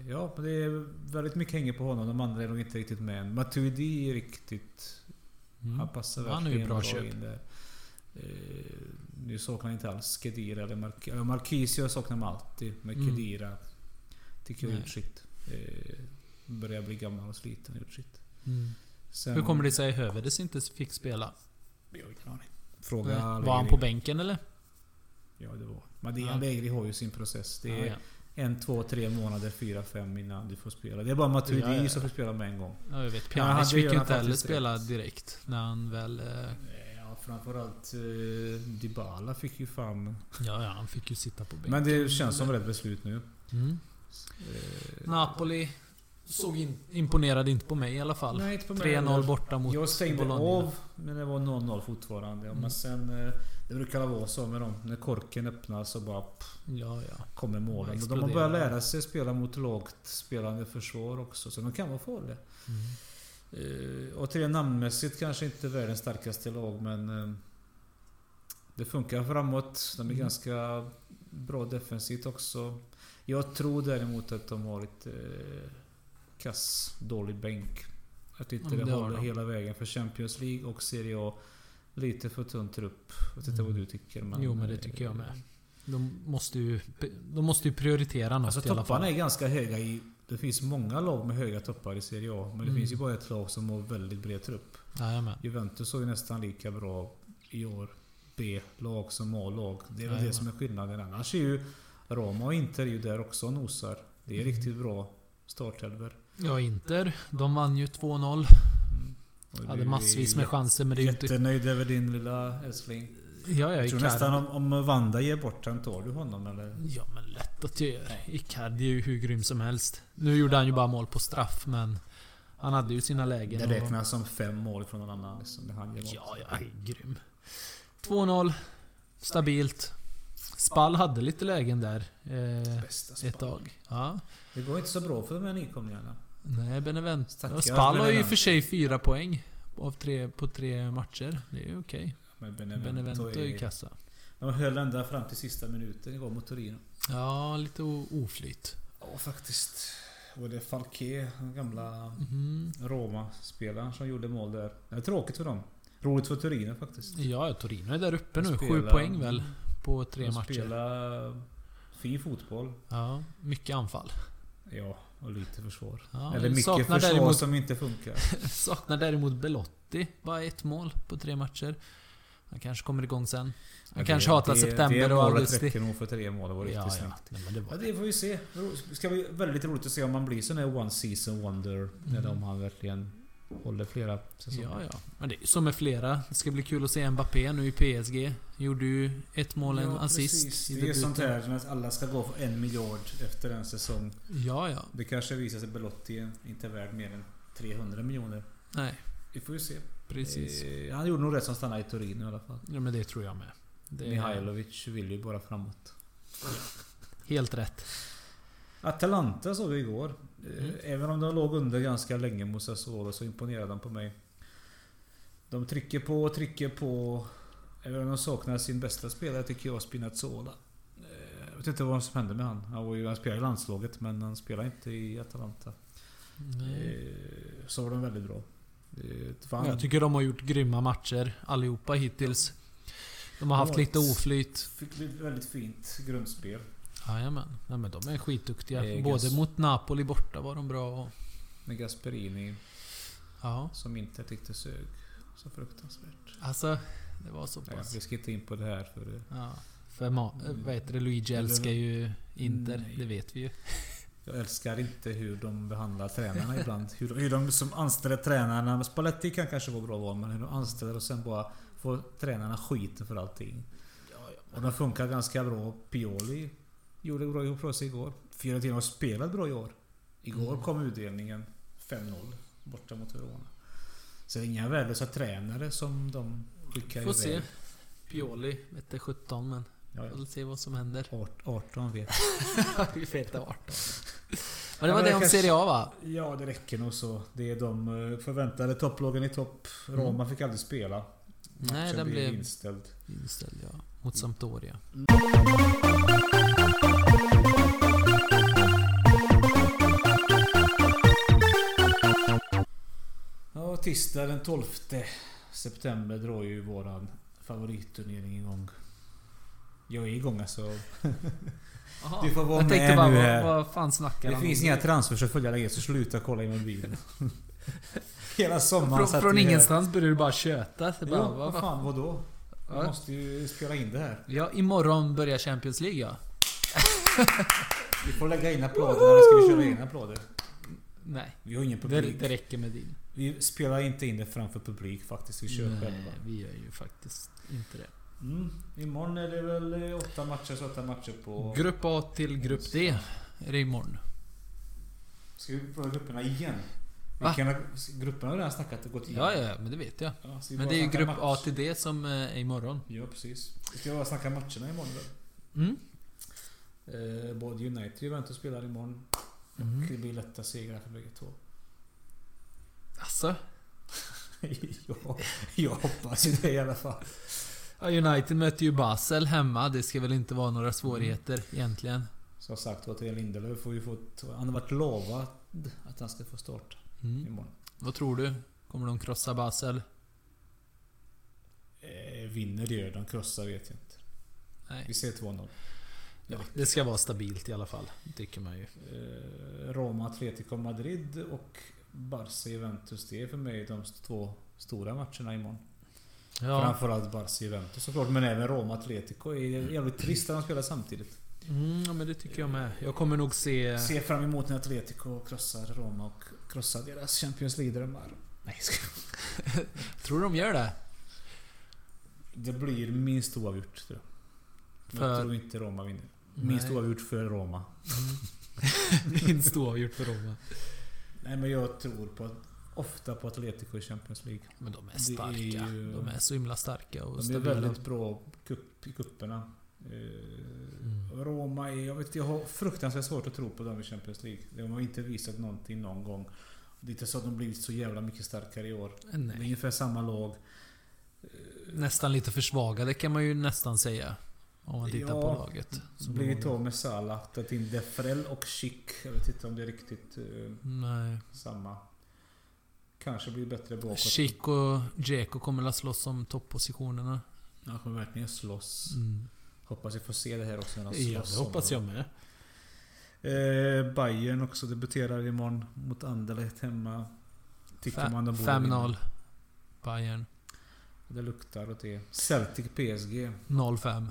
[SPEAKER 2] ja, men det är väldigt mycket hänger på honom. De andra är nog inte riktigt med än. Matuidi är riktigt...
[SPEAKER 3] Mm.
[SPEAKER 2] Han passar
[SPEAKER 3] Han är ju
[SPEAKER 2] verkligen
[SPEAKER 3] bra köp.
[SPEAKER 2] in där. Eh, nu saknar jag inte alls Kedira eller Mark eller Marquisio saknar man alltid. Men
[SPEAKER 3] Mm.
[SPEAKER 2] Kedira tycker jag har
[SPEAKER 3] Nej.
[SPEAKER 2] gjort sitt. Eh, börjar bli gammal och sliten och gjort sitt.
[SPEAKER 3] Mm.
[SPEAKER 2] Sen,
[SPEAKER 3] Hur kommer det sig att Hövedes inte fick spela?
[SPEAKER 2] Jag har ingen aning. Fråga
[SPEAKER 3] Nej.
[SPEAKER 2] Allegri.
[SPEAKER 3] Var han på bänken eller?
[SPEAKER 2] Ja det var Men det,
[SPEAKER 3] Ja.
[SPEAKER 2] Allegri har ju sin process. Det är
[SPEAKER 3] Ja,
[SPEAKER 2] en, två, tre månader, fyra, fem innan du får spela. Det är bara Matuidi
[SPEAKER 3] Ja, ja, ja.
[SPEAKER 2] som får spela med en gång.
[SPEAKER 3] ja. ja, jag vet.
[SPEAKER 2] Ja, han-
[SPEAKER 3] Pjanic
[SPEAKER 2] det
[SPEAKER 3] fick
[SPEAKER 2] gör
[SPEAKER 3] ju
[SPEAKER 2] han
[SPEAKER 3] inte heller
[SPEAKER 2] faktiskt
[SPEAKER 3] spela
[SPEAKER 2] rätt.
[SPEAKER 3] direkt när han väl... eh,
[SPEAKER 2] Ja, framförallt eh, Dybala fick ju fan...
[SPEAKER 3] Ja, ja, han fick ju sitta på bänken.
[SPEAKER 2] Men det känns som rätt beslut nu.
[SPEAKER 3] Mm.
[SPEAKER 2] Eh,
[SPEAKER 3] Napoli såg in, imponerade inte på mig i alla fall.
[SPEAKER 2] Nej, inte på mig
[SPEAKER 3] 3-0
[SPEAKER 2] heller.
[SPEAKER 3] borta mot
[SPEAKER 2] Jag stängde
[SPEAKER 3] Bologna.
[SPEAKER 2] av, men det var 0-0 fortfarande.
[SPEAKER 3] Mm.
[SPEAKER 2] Men sen... eh, Det brukar vara så med dem. När korken öppnas så bara pff,
[SPEAKER 3] Ja, ja.
[SPEAKER 2] kommer målen. Och De har
[SPEAKER 3] Exploderar.
[SPEAKER 2] börjat lära sig spela mot lågt spelande försvar också. Så de kan vara farliga.
[SPEAKER 3] Mm.
[SPEAKER 2] Eh, och till det namnmässigt kanske inte världens starkaste lag men... eh, Det funkar framåt. De är
[SPEAKER 3] Mm.
[SPEAKER 2] ganska bra defensivt också. Jag tror däremot att de har ett eh, kass, dålig bänk. Att
[SPEAKER 3] Ja,
[SPEAKER 2] inte
[SPEAKER 3] men
[SPEAKER 2] det
[SPEAKER 3] det har
[SPEAKER 2] håller
[SPEAKER 3] de.
[SPEAKER 2] hela vägen för Champions League och Serie A. Lite för tunn trupp. Jag vet inte
[SPEAKER 3] Mm.
[SPEAKER 2] vad du tycker men...
[SPEAKER 3] Jo, men det
[SPEAKER 2] eh,
[SPEAKER 3] tycker jag med. De måste ju, de måste ju prioritera något
[SPEAKER 2] Alltså
[SPEAKER 3] i alla fall.
[SPEAKER 2] topparna är ganska höga i... Det finns många lag med höga toppar i Serie A. Men det
[SPEAKER 3] Mm.
[SPEAKER 2] finns ju bara ett lag som har väldigt bred trupp.
[SPEAKER 3] Jajamän.
[SPEAKER 2] Juventus såg ju nästan lika bra i år B-lag som A-lag. Det är väl
[SPEAKER 3] Jajamän.
[SPEAKER 2] det som är skillnaden. Annars är ju Roma och Inter är ju där också och nosar. Det är
[SPEAKER 3] Mm.
[SPEAKER 2] riktigt bra startelver.
[SPEAKER 3] Ja, Inter. De vann ju 2-0. Mm.
[SPEAKER 2] Och du
[SPEAKER 3] Hade
[SPEAKER 2] är
[SPEAKER 3] massvis med chanser men det är ju inte...
[SPEAKER 2] Jättenöjd över din lilla älskling.
[SPEAKER 3] Ja, ja,
[SPEAKER 2] Jag tror nästan
[SPEAKER 3] Icardi.
[SPEAKER 2] om, om Wanda ger bort den, tar du honom eller?
[SPEAKER 3] Ja, men lätt att jag gör. Icardi är ju hur grym som helst. Nu gjorde han ju bara mål på straff, men... Han hade ju sina lägen.
[SPEAKER 2] Det
[SPEAKER 3] och-
[SPEAKER 2] räknas som fem mål från någon annan. Liksom, när han ger bort.
[SPEAKER 3] Ja, ja, han är grym. 2-0. Stabilt. Spall hade lite lägen där. Eh,
[SPEAKER 2] Bästa
[SPEAKER 3] ett
[SPEAKER 2] spelaren.
[SPEAKER 3] tag. Ja.
[SPEAKER 2] Det går inte så bra för de här nykomlingarna.
[SPEAKER 3] Nej, Benevent.
[SPEAKER 2] Stackars
[SPEAKER 3] Ja, Spall har ju i och
[SPEAKER 2] Benevento.
[SPEAKER 3] för sig fyra poäng. Av tre, på tre matcher. Det är ju okej.
[SPEAKER 2] Men
[SPEAKER 3] Benevento är ju
[SPEAKER 2] är...
[SPEAKER 3] kassa.
[SPEAKER 2] De höll ända fram till sista minuten igår mot Torino.
[SPEAKER 3] Ja, lite o- oflyt.
[SPEAKER 2] Ja, faktiskt. Var det Falke, den gamla
[SPEAKER 3] Mhm.
[SPEAKER 2] Roma-spelaren som gjorde mål där. Det är tråkigt för dem. Roligt för Turino faktiskt.
[SPEAKER 3] Ja, Torino är där uppe nu. Sju
[SPEAKER 2] Spelar-
[SPEAKER 3] poäng väl? På tre
[SPEAKER 2] De
[SPEAKER 3] matcher.
[SPEAKER 2] spelar fin fotboll.
[SPEAKER 3] Ja, mycket anfall.
[SPEAKER 2] Ja, och lite försvar.
[SPEAKER 3] Ja,
[SPEAKER 2] Eller mycket
[SPEAKER 3] saknar
[SPEAKER 2] försvar
[SPEAKER 3] däremot [LAUGHS]
[SPEAKER 2] som inte funkar.
[SPEAKER 3] Saknar däremot Belotti. Bara ett mål på tre matcher. Han kanske kommer igång sen. Han
[SPEAKER 2] Men
[SPEAKER 3] kanske
[SPEAKER 2] det-
[SPEAKER 3] hatar
[SPEAKER 2] det-
[SPEAKER 3] september
[SPEAKER 2] det
[SPEAKER 3] och
[SPEAKER 2] målet
[SPEAKER 3] augusti.
[SPEAKER 2] räcker nog för tre mål. Det var riktigt
[SPEAKER 3] Ja, ja.
[SPEAKER 2] snyggt.
[SPEAKER 3] Nej, men det
[SPEAKER 2] Ja,
[SPEAKER 3] var...
[SPEAKER 2] det får vi se. Det ska bli väldigt roligt att se om man blir sån här one season wonder. Eller om han verkligen håller flera säsonger.
[SPEAKER 3] Mm. ja, ja. Men det är ju som med flera. Det ska bli kul att se Mbappé nu i PSG. Gjorde ju ett mål, en assist.
[SPEAKER 2] precis.
[SPEAKER 3] i
[SPEAKER 2] Det är
[SPEAKER 3] debuten.
[SPEAKER 2] sånt här när alla ska gå för en miljard efter en säsong.
[SPEAKER 3] Ja, ja.
[SPEAKER 2] Det kanske visar sig Belotti inte är värd mer än 300 miljoner.
[SPEAKER 3] Nej,
[SPEAKER 2] Vi får ju se.
[SPEAKER 3] precis.
[SPEAKER 2] Eh, han gjorde nog rätt som stannade i Turin i alla fall.
[SPEAKER 3] Ja, men det tror jag med. Det är
[SPEAKER 2] Mihailovic vill ju bara framåt.
[SPEAKER 3] helt rätt.
[SPEAKER 2] Atalanta såg vi igår. Eh,
[SPEAKER 3] Mm.
[SPEAKER 2] Även om de låg under ganska länge mot Sassuolo så imponerade de på mig. De trycker på och trycker på. Även om de saknar sin bästa spelare tycker jag, Spinazzola. Eh, Jag vet inte vad som hände med han. Han, var ju, han spelade i landslaget men han spelade inte i Atalanta.
[SPEAKER 3] Nej.
[SPEAKER 2] Eh, Så var de väldigt bra. Eh, fan.
[SPEAKER 3] Jag tycker de har gjort grymma matcher allihopa hittills. De har haft
[SPEAKER 2] Ja,
[SPEAKER 3] lite
[SPEAKER 2] s-
[SPEAKER 3] oflyt.
[SPEAKER 2] Fick ett väldigt fint grundspel.
[SPEAKER 3] Jajamän. Nej, men de är skitduktiga.
[SPEAKER 2] Det är
[SPEAKER 3] Både
[SPEAKER 2] gas-
[SPEAKER 3] mot Napoli borta var de bra och...
[SPEAKER 2] Med Gasperini
[SPEAKER 3] Ja.
[SPEAKER 2] som inte tyckte sög så fruktansvärt.
[SPEAKER 3] Alltså, det var så
[SPEAKER 2] Nej,
[SPEAKER 3] pass.
[SPEAKER 2] vi ska inte in på det här för eh,
[SPEAKER 3] Ja. För ma- eh, vad heter det? Luigi
[SPEAKER 2] Mm. Eller-
[SPEAKER 3] älskar ju Inter.
[SPEAKER 2] Nej.
[SPEAKER 3] Det vet vi ju.
[SPEAKER 2] jag älskar inte hur de behandlar tränarna ibland. Hur, hur de som anställer tränarna. Spalletti kan kanske vara bra val men hur de anställer och sen bara får tränarna skiten för allting. Och de funkar ganska bra. Pioli gjorde bra ifrån sig igår. Fiorentina har spelat bra i år. Igår
[SPEAKER 3] Mm.
[SPEAKER 2] kom utdelningen 5-0 borta mot Verona. Så det är inga värdelösa tränare som de skickar
[SPEAKER 3] Får se. Pioli vette 17 men...
[SPEAKER 2] Ja, ja. [LAUGHS]
[SPEAKER 3] Får se vad som händer.
[SPEAKER 2] Art- 18 vet
[SPEAKER 3] Vi får heta 18. Men det var
[SPEAKER 2] men
[SPEAKER 3] det
[SPEAKER 2] jag
[SPEAKER 3] om
[SPEAKER 2] kanske-
[SPEAKER 3] Serie A va?
[SPEAKER 2] Ja, det räcker nog så. Det är de eh, förväntade topplagen i topp. Roma fick aldrig spela. Matchen
[SPEAKER 3] Mm. Nej, den
[SPEAKER 2] blev
[SPEAKER 3] blev
[SPEAKER 2] inställd.
[SPEAKER 3] inställd ja. Mot Sampdoria.
[SPEAKER 2] Ja, tisdag den 12 september drar ju våran favoritturnering igång. Jag är igång alltså.
[SPEAKER 3] Jaha,
[SPEAKER 2] Du får vara
[SPEAKER 3] jag tänkte
[SPEAKER 2] med
[SPEAKER 3] bara,
[SPEAKER 2] nu
[SPEAKER 3] vad,
[SPEAKER 2] här.
[SPEAKER 3] vad fan snackar
[SPEAKER 2] Det
[SPEAKER 3] han
[SPEAKER 2] finns
[SPEAKER 3] om?
[SPEAKER 2] inga transfers att följa längre så sluta kolla i
[SPEAKER 3] [LAUGHS]
[SPEAKER 2] mobilen. Hela sommaren
[SPEAKER 3] Frå,
[SPEAKER 2] satt
[SPEAKER 3] Från
[SPEAKER 2] vi här.
[SPEAKER 3] ingenstans började du bara köta. Så
[SPEAKER 2] Jo,
[SPEAKER 3] bara, vad,
[SPEAKER 2] vad fan vadå? Vi
[SPEAKER 3] Ja.
[SPEAKER 2] måste ju spela in det här.
[SPEAKER 3] Ja, imorgon börjar Champions League ja.
[SPEAKER 2] Vi får lägga in applåder eller ska vi köra egna applåder?
[SPEAKER 3] Nej,
[SPEAKER 2] Vi har ingen
[SPEAKER 3] det,
[SPEAKER 2] publik.
[SPEAKER 3] det räcker med din.
[SPEAKER 2] Vi spelar inte in det framför publik faktiskt. Vi kör själva.
[SPEAKER 3] Nej, vi gör ju faktiskt inte det.
[SPEAKER 2] Mm. Imorgon är det väl eh, åtta matcher, så åtta matcher på...
[SPEAKER 3] Grupp A till Grupp D är det imorgon.
[SPEAKER 2] Ska vi prova grupperna igen?
[SPEAKER 3] Va?
[SPEAKER 2] Vi kan, grupperna har redan snackat och gått igenom.
[SPEAKER 3] Ja, ja, ja, men det vet jag.
[SPEAKER 2] Ja, så vi
[SPEAKER 3] Men
[SPEAKER 2] bara
[SPEAKER 3] det är ju
[SPEAKER 2] snackar
[SPEAKER 3] Grupp
[SPEAKER 2] match.
[SPEAKER 3] A till D som eh, är imorgon.
[SPEAKER 2] Ja, precis. Vi ska bara snacka matcherna imorgon då.
[SPEAKER 3] Mm.
[SPEAKER 2] Eh, både United och Juventus spelar imorgon.
[SPEAKER 3] Mm.
[SPEAKER 2] Och det blir lätta segrar för bägge två. [LAUGHS]
[SPEAKER 3] Alltså,
[SPEAKER 2] ja, jag hoppas ju det i alla fall.
[SPEAKER 3] ja, United möter ju Basel hemma. Det ska väl inte vara några svårigheter egentligen.
[SPEAKER 2] Som sagt var, Theo Lindelöf får ju få... Han har varit lovad att han ska få starta
[SPEAKER 3] Mm.
[SPEAKER 2] imorgon.
[SPEAKER 3] Vad tror du? Kommer de krossa Basel?
[SPEAKER 2] Eh, vinner det gör de, krossar vet jag inte.
[SPEAKER 3] Nej.
[SPEAKER 2] Vi säger 2-0.
[SPEAKER 3] Ja, det ska vara stabilt i alla fall. Tycker man ju.
[SPEAKER 2] Eh, Roma, Atletico Madrid och Barca Juventus. Det är för mig de två stora matcherna imorgon.
[SPEAKER 3] Ja.
[SPEAKER 2] Framförallt Barca Juventus såklart, men även Roma Atletico. Det är jävligt trist att de spelar samtidigt.
[SPEAKER 3] Mm, ja, men det tycker jag med. Jag kommer nog se...
[SPEAKER 2] Se fram emot när Atletico krossar Roma och krossar deras Champions League-drömmar. Nej, jag skojar.
[SPEAKER 3] Tror du de gör det?
[SPEAKER 2] Det blir minst oavgjort tror jag. Jag
[SPEAKER 3] För-
[SPEAKER 2] tror inte Roma vinner. Minst
[SPEAKER 3] Nej.
[SPEAKER 2] oavgjort för Roma.
[SPEAKER 3] [LAUGHS] Minst oavgjort för Roma.
[SPEAKER 2] Nej men jag tror på, ofta på Atletico i Champions League.
[SPEAKER 3] Men de är
[SPEAKER 2] Det
[SPEAKER 3] starka.
[SPEAKER 2] är ju-
[SPEAKER 3] De är så himla starka och
[SPEAKER 2] De är väldigt bra kupp, i kupperna. Eh,
[SPEAKER 3] Mm.
[SPEAKER 2] Roma är, jag, vet, jag har fruktansvärt svårt att tro på dem i Champions League. De har inte visat någonting någon gång. Det är inte så att de blivit så jävla mycket starkare i år. Det är
[SPEAKER 3] Nej,
[SPEAKER 2] ungefär samma lag.
[SPEAKER 3] Mm. Eh, nästan lite försvagade kan man ju nästan säga. Om man tittar
[SPEAKER 2] Ja,
[SPEAKER 3] på laget.
[SPEAKER 2] Så
[SPEAKER 3] Som
[SPEAKER 2] blivit
[SPEAKER 3] de har-
[SPEAKER 2] av med Salah, tagit in Defrel och Schick. Jag vet inte om det är riktigt eh,
[SPEAKER 3] Nej.
[SPEAKER 2] samma. Kanske blir bättre bakåt.
[SPEAKER 3] Chic och Dzeko kommer att slåss om toppositionerna.
[SPEAKER 2] Han kommer verkligen slåss.
[SPEAKER 3] Mm.
[SPEAKER 2] Hoppas vi får se det här också när han
[SPEAKER 3] Ja,
[SPEAKER 2] slåss
[SPEAKER 3] det
[SPEAKER 2] om
[SPEAKER 3] hoppas
[SPEAKER 2] dem.
[SPEAKER 3] jag med.
[SPEAKER 2] Eh, Bayern också debuterar imorgon mot Anderlecht hemma. Tycker
[SPEAKER 3] Fe-
[SPEAKER 2] man de borde
[SPEAKER 3] 5-0.
[SPEAKER 2] vinna.
[SPEAKER 3] Bayern.
[SPEAKER 2] Det luktar åt det. Celtic PSG.
[SPEAKER 3] 0-5.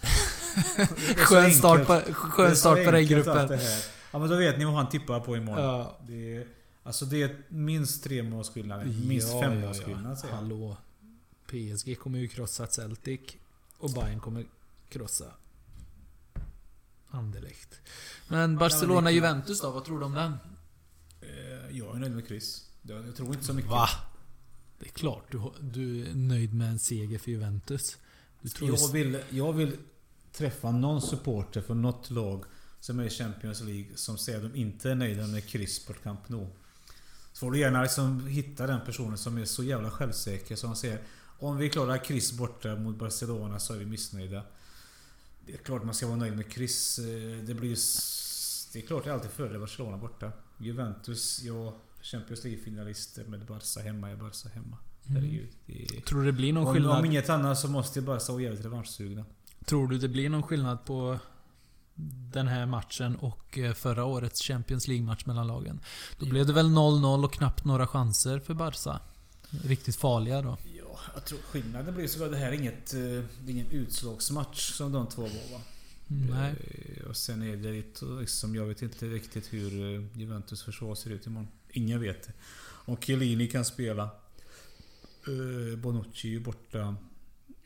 [SPEAKER 2] Det är så
[SPEAKER 3] Skön
[SPEAKER 2] enkelt.
[SPEAKER 3] start
[SPEAKER 2] Det är
[SPEAKER 3] på,
[SPEAKER 2] så
[SPEAKER 3] skön start på den
[SPEAKER 2] enkelt allt
[SPEAKER 3] gruppen.
[SPEAKER 2] det här. Ja men då vet ni vad han tippar på imorgon.
[SPEAKER 3] Ja.
[SPEAKER 2] Det är, alltså det är minst tre målsskillnad. Minst
[SPEAKER 3] Ja,
[SPEAKER 2] fem
[SPEAKER 3] ja,
[SPEAKER 2] målsskillnad
[SPEAKER 3] ja.
[SPEAKER 2] säger han.
[SPEAKER 3] Hallå. PSG kommer ju krossa Celtic. Och Bayern kommer krossa Anderlecht. Men Barcelona-Juventus då? Vad tror du om den?
[SPEAKER 2] Eh, Jag är nöjd med kryss. Jag jag tror inte så mycket.
[SPEAKER 3] Det är klart du, har- du är nöjd med en seger för Juventus. Du tror ju
[SPEAKER 2] Jag vill, jag vill träffa någon supporter för något lag som är i Champions League som säger att de inte är nöjda med kryss på Camp Nou. Så får du gärna liksom hitta den personen som är så jävla självsäker som säger om vi klarar kryss borta mot Barcelona så är vi missnöjda. Det är klart man ska vara nöjd med kryss. Eh, Det blir ju... s- Det är klart det är alltid fördel Barcelona borta. Juventus, ja. Champions League-finalister med Barca hemma, är Barca hemma.
[SPEAKER 3] Mm.
[SPEAKER 2] Herregud. Det är...
[SPEAKER 3] Tror du det blir någon
[SPEAKER 2] Om,
[SPEAKER 3] skillnad?
[SPEAKER 2] om inget annat så måste jag bara säga att jävligt revanschsugna.
[SPEAKER 3] Tror du det blir någon skillnad på den här matchen och eh, förra årets Champions League-match mellan lagen? Då blev det väl 0-0 och knappt några chanser för Barca. Riktigt farliga då.
[SPEAKER 2] Ja, jag tror skillnaden blir så att det här är inget... eh, Det är ingen utslagsmatch som de två var va?
[SPEAKER 3] Mm, Nej.
[SPEAKER 2] Eh, Och sen är det lite som jag vet inte riktigt hur eh, Juventus försvar ser ut imorgon. Ingen vet det. Om Chiellini kan spela. eh, Bonucci är ju borta.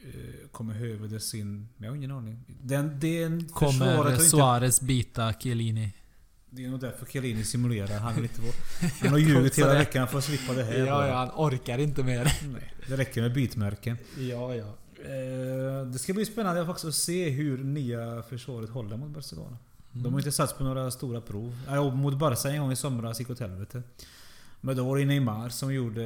[SPEAKER 2] eh, Kommer Hövedes in? Men jag har ingen aning. Den, den försvaret
[SPEAKER 3] Kommer
[SPEAKER 2] har inte
[SPEAKER 3] Suarez bita Chiellini?
[SPEAKER 2] Det är nog därför Chiellini simulerar. Han, vill inte vara, [LAUGHS] han har ljugit hela
[SPEAKER 3] det.
[SPEAKER 2] veckan för att slippa det här. bara.
[SPEAKER 3] han orkar inte mer.
[SPEAKER 2] Nej, det räcker med bitmärken.
[SPEAKER 3] ja, ja.
[SPEAKER 2] Eh, Det ska bli spännande faktiskt att se hur nya försvaret håller mot Barcelona. De
[SPEAKER 3] Mm.
[SPEAKER 2] har inte satt på några stora prov. Äh, och mot Barca en gång i somras gick åt helvete. Men då var det Neymar som gjorde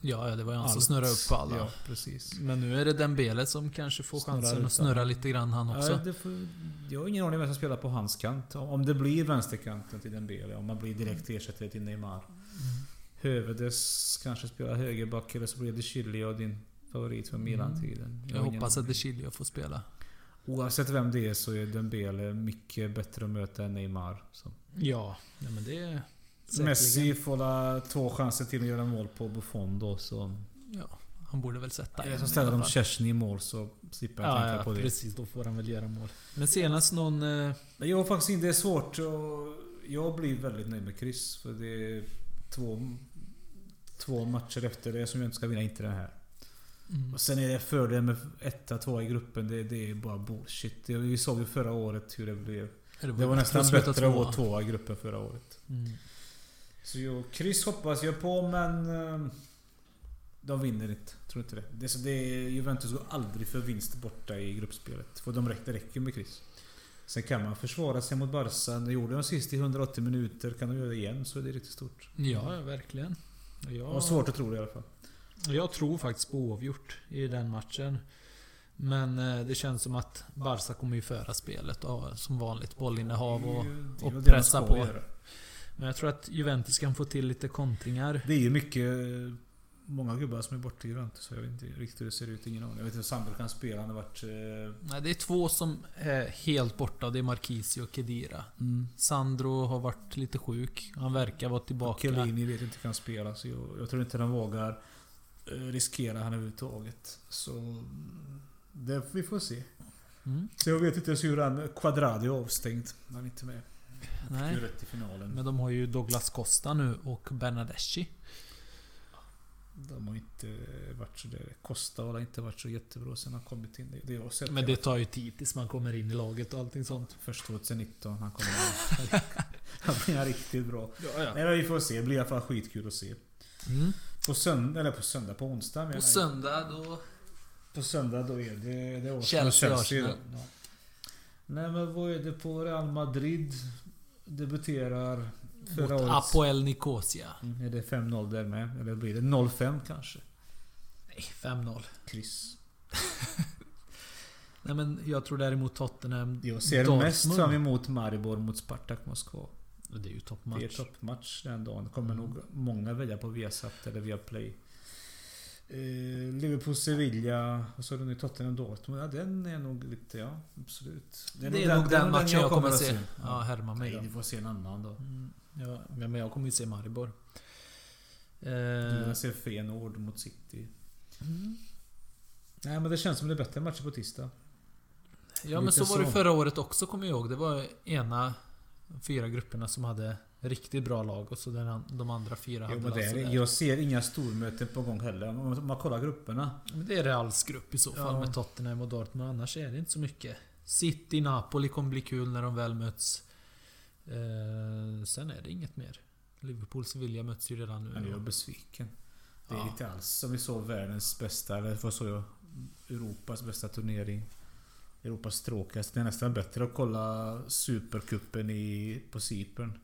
[SPEAKER 3] Ja, ja, det var ju han som
[SPEAKER 2] allt.
[SPEAKER 3] snurrade Alltså upp på alla.
[SPEAKER 2] Ja, precis.
[SPEAKER 3] Men nu är det Dembele som kanske får
[SPEAKER 2] Snurrar
[SPEAKER 3] chansen
[SPEAKER 2] ut
[SPEAKER 3] att snurra
[SPEAKER 2] alla.
[SPEAKER 3] lite grann han också.
[SPEAKER 2] Ja, det får, jag har ingen aning vem som spelar på hans kant. Om det blir vänsterkanten till Dembele. Om man blir direkt
[SPEAKER 3] Mm.
[SPEAKER 2] ersättare till Neymar. Hövedes kanske spelar högerback eller så blir det Chilio, din favorit från Milan-tiden.
[SPEAKER 3] Mm. jag
[SPEAKER 2] har ingen
[SPEAKER 3] hoppas att
[SPEAKER 2] aning.
[SPEAKER 3] De Chilio får spela.
[SPEAKER 2] Oavsett vem det är så är Dembele mycket bättre att möta än Neymar. Så.
[SPEAKER 3] Ja, nej, men det är... säkerligen.
[SPEAKER 2] Messi får la två chanser till att göra mål på Buffon då. Så.
[SPEAKER 3] Ja, han borde väl sätta
[SPEAKER 2] Eller
[SPEAKER 3] en
[SPEAKER 2] så
[SPEAKER 3] i
[SPEAKER 2] ställer
[SPEAKER 3] alla
[SPEAKER 2] de
[SPEAKER 3] fall.
[SPEAKER 2] Chesney i mål så slipper jag
[SPEAKER 3] Ja,
[SPEAKER 2] tänka
[SPEAKER 3] ja
[SPEAKER 2] på det.
[SPEAKER 3] precis. Då får han väl göra mål. Men senast någon... eh,
[SPEAKER 2] Men Jag har faktiskt inte... Det är svårt och Jag blir väldigt nöjd med kryss. För det är två, två matcher efter det som jag inte ska vinna, inte den här.
[SPEAKER 3] Mm.
[SPEAKER 2] Och sen är det fördelen med etta, tvåa i gruppen. Det, det är bara bullshit. Det- Vi såg ju förra året hur det blev. Det var nästan
[SPEAKER 3] Sluta
[SPEAKER 2] bättre att
[SPEAKER 3] tvåa.
[SPEAKER 2] vara tvåa i gruppen förra året.
[SPEAKER 3] Mm.
[SPEAKER 2] Så jo, kryss hoppas jag på men... eh, De vinner inte. Tror inte det. det, är så det är, Juventus går aldrig för vinst borta i gruppspelet. För de räcker, det räcker med kryss. Sen kan man försvara sig mot Barca. Det gjorde de sist i 180 minuter. Kan de göra det igen så är det riktigt stort.
[SPEAKER 3] Ja, ja, verkligen.
[SPEAKER 2] Jag
[SPEAKER 3] Ja.
[SPEAKER 2] har svårt att tro det i alla fall.
[SPEAKER 3] Jag tror faktiskt på oavgjort i den matchen. Men eh, det känns som att Barca kommer ju föra spelet och ha som vanligt bollinnehav. Och,
[SPEAKER 2] Det är ju
[SPEAKER 3] och
[SPEAKER 2] det man
[SPEAKER 3] pressa
[SPEAKER 2] ska
[SPEAKER 3] på.
[SPEAKER 2] göra.
[SPEAKER 3] men jag tror att Juventus kan få till lite kontringar.
[SPEAKER 2] Det är ju mycket... Många gubbar som är borta i Juventus. så Jag vet inte riktigt hur det ser ut. Ingen aning. Jag vet inte hur Sandberg kan spela. Han har varit... eh,
[SPEAKER 3] Nej, det är två som är helt borta. Det är Marquisio och Kedira. Sandro har varit lite sjuk. Han verkar vara
[SPEAKER 2] Och
[SPEAKER 3] tillbaka.
[SPEAKER 2] Chiellini vet inte kan spela så jag, jag tror inte de vågar eh, riskera han överhuvudtaget. Så... mm, Det, vi får se.
[SPEAKER 3] Mm.
[SPEAKER 2] Så jag vet inte ens hur han... Quadrado är avstängd. Han är inte med.
[SPEAKER 3] Nej.
[SPEAKER 2] Ju rätt i finalen.
[SPEAKER 3] Men de har ju Douglas Costa nu och Bernadeschi.
[SPEAKER 2] de har inte varit så... där. Costa har inte varit så jättebra sen han kommit in. Det, det har jag sett.
[SPEAKER 3] Men det tar ju tid tills man kommer in i laget och allting sånt.
[SPEAKER 2] Först 2019 han kommer in. [LAUGHS] Han blir riktigt bra.
[SPEAKER 3] Ja, ja.
[SPEAKER 2] Nej men vi får se. Det blir i alla fall skitkul att se.
[SPEAKER 3] Mm.
[SPEAKER 2] På söndag... Eller på söndag. På onsdag menar
[SPEAKER 3] På
[SPEAKER 2] jag.
[SPEAKER 3] söndag då...
[SPEAKER 2] På söndag då är det... det är
[SPEAKER 3] Chelsea,
[SPEAKER 2] då.
[SPEAKER 3] Arsenal.
[SPEAKER 2] Ja. Nej men vad är det på Real Madrid? Debuterar
[SPEAKER 3] Mot
[SPEAKER 2] förra året.
[SPEAKER 3] Apoel Nicosia.
[SPEAKER 2] Mm, Är det 5-0 där med? Eller blir det 0-5 kanske?
[SPEAKER 3] Nej, 5-0.
[SPEAKER 2] Kryss.
[SPEAKER 3] Nej men jag tror däremot Tottenham...
[SPEAKER 2] Jag ser
[SPEAKER 3] Dortmund.
[SPEAKER 2] mest fram emot Maribor mot Spartak Moskva.
[SPEAKER 3] Och Det är ju
[SPEAKER 2] Det är
[SPEAKER 3] toppmatch.
[SPEAKER 2] toppmatch den dagen. Kommer
[SPEAKER 3] Mm.
[SPEAKER 2] nog många välja på Viasat eller Viaplay. Eh, Liverpool, Sevilla och så är det nu Tottenham Dortmund. Ja, den är nog lite, ja absolut.
[SPEAKER 3] Det är, nog den matchen jag kommer att se. Ja,
[SPEAKER 2] Ja.
[SPEAKER 3] härma mig
[SPEAKER 2] Nej,
[SPEAKER 3] då.
[SPEAKER 2] du får se en annan då.
[SPEAKER 3] Mm, ja, men men jag kommer ju se Maribor. Eh, Mm.
[SPEAKER 2] Du vill se Feyenoord mot City. Nej men det känns som det är bättre matcher på tisdag.
[SPEAKER 3] ja men så
[SPEAKER 2] lite
[SPEAKER 3] var det
[SPEAKER 2] så.
[SPEAKER 3] förra året också kommer jag ihåg. Det var ena fyra grupperna som hade riktigt bra lag och så den, an- de andra fyra
[SPEAKER 2] Jo,
[SPEAKER 3] hade
[SPEAKER 2] men det är,
[SPEAKER 3] sådär.
[SPEAKER 2] jag ser inga stormöten på gång heller. Om man- om man kollar grupperna.
[SPEAKER 3] Men det är Reals grupp i så fall
[SPEAKER 2] Ja.
[SPEAKER 3] med Tottenham och Dortmund. Annars är det inte så mycket. City, Napoli kommer bli kul när de väl möts. Eh, sen är det inget mer. Liverpool, Sevilla möts ju redan
[SPEAKER 2] Men jag är
[SPEAKER 3] nu.
[SPEAKER 2] besviken. Det är
[SPEAKER 3] Ja.
[SPEAKER 2] inte alls som vi såg världens bästa, eller vad såg jag? Europas bästa turnering. Europas tråkigaste. Det är nästan bättre att kolla Supercupen i, på Cypern.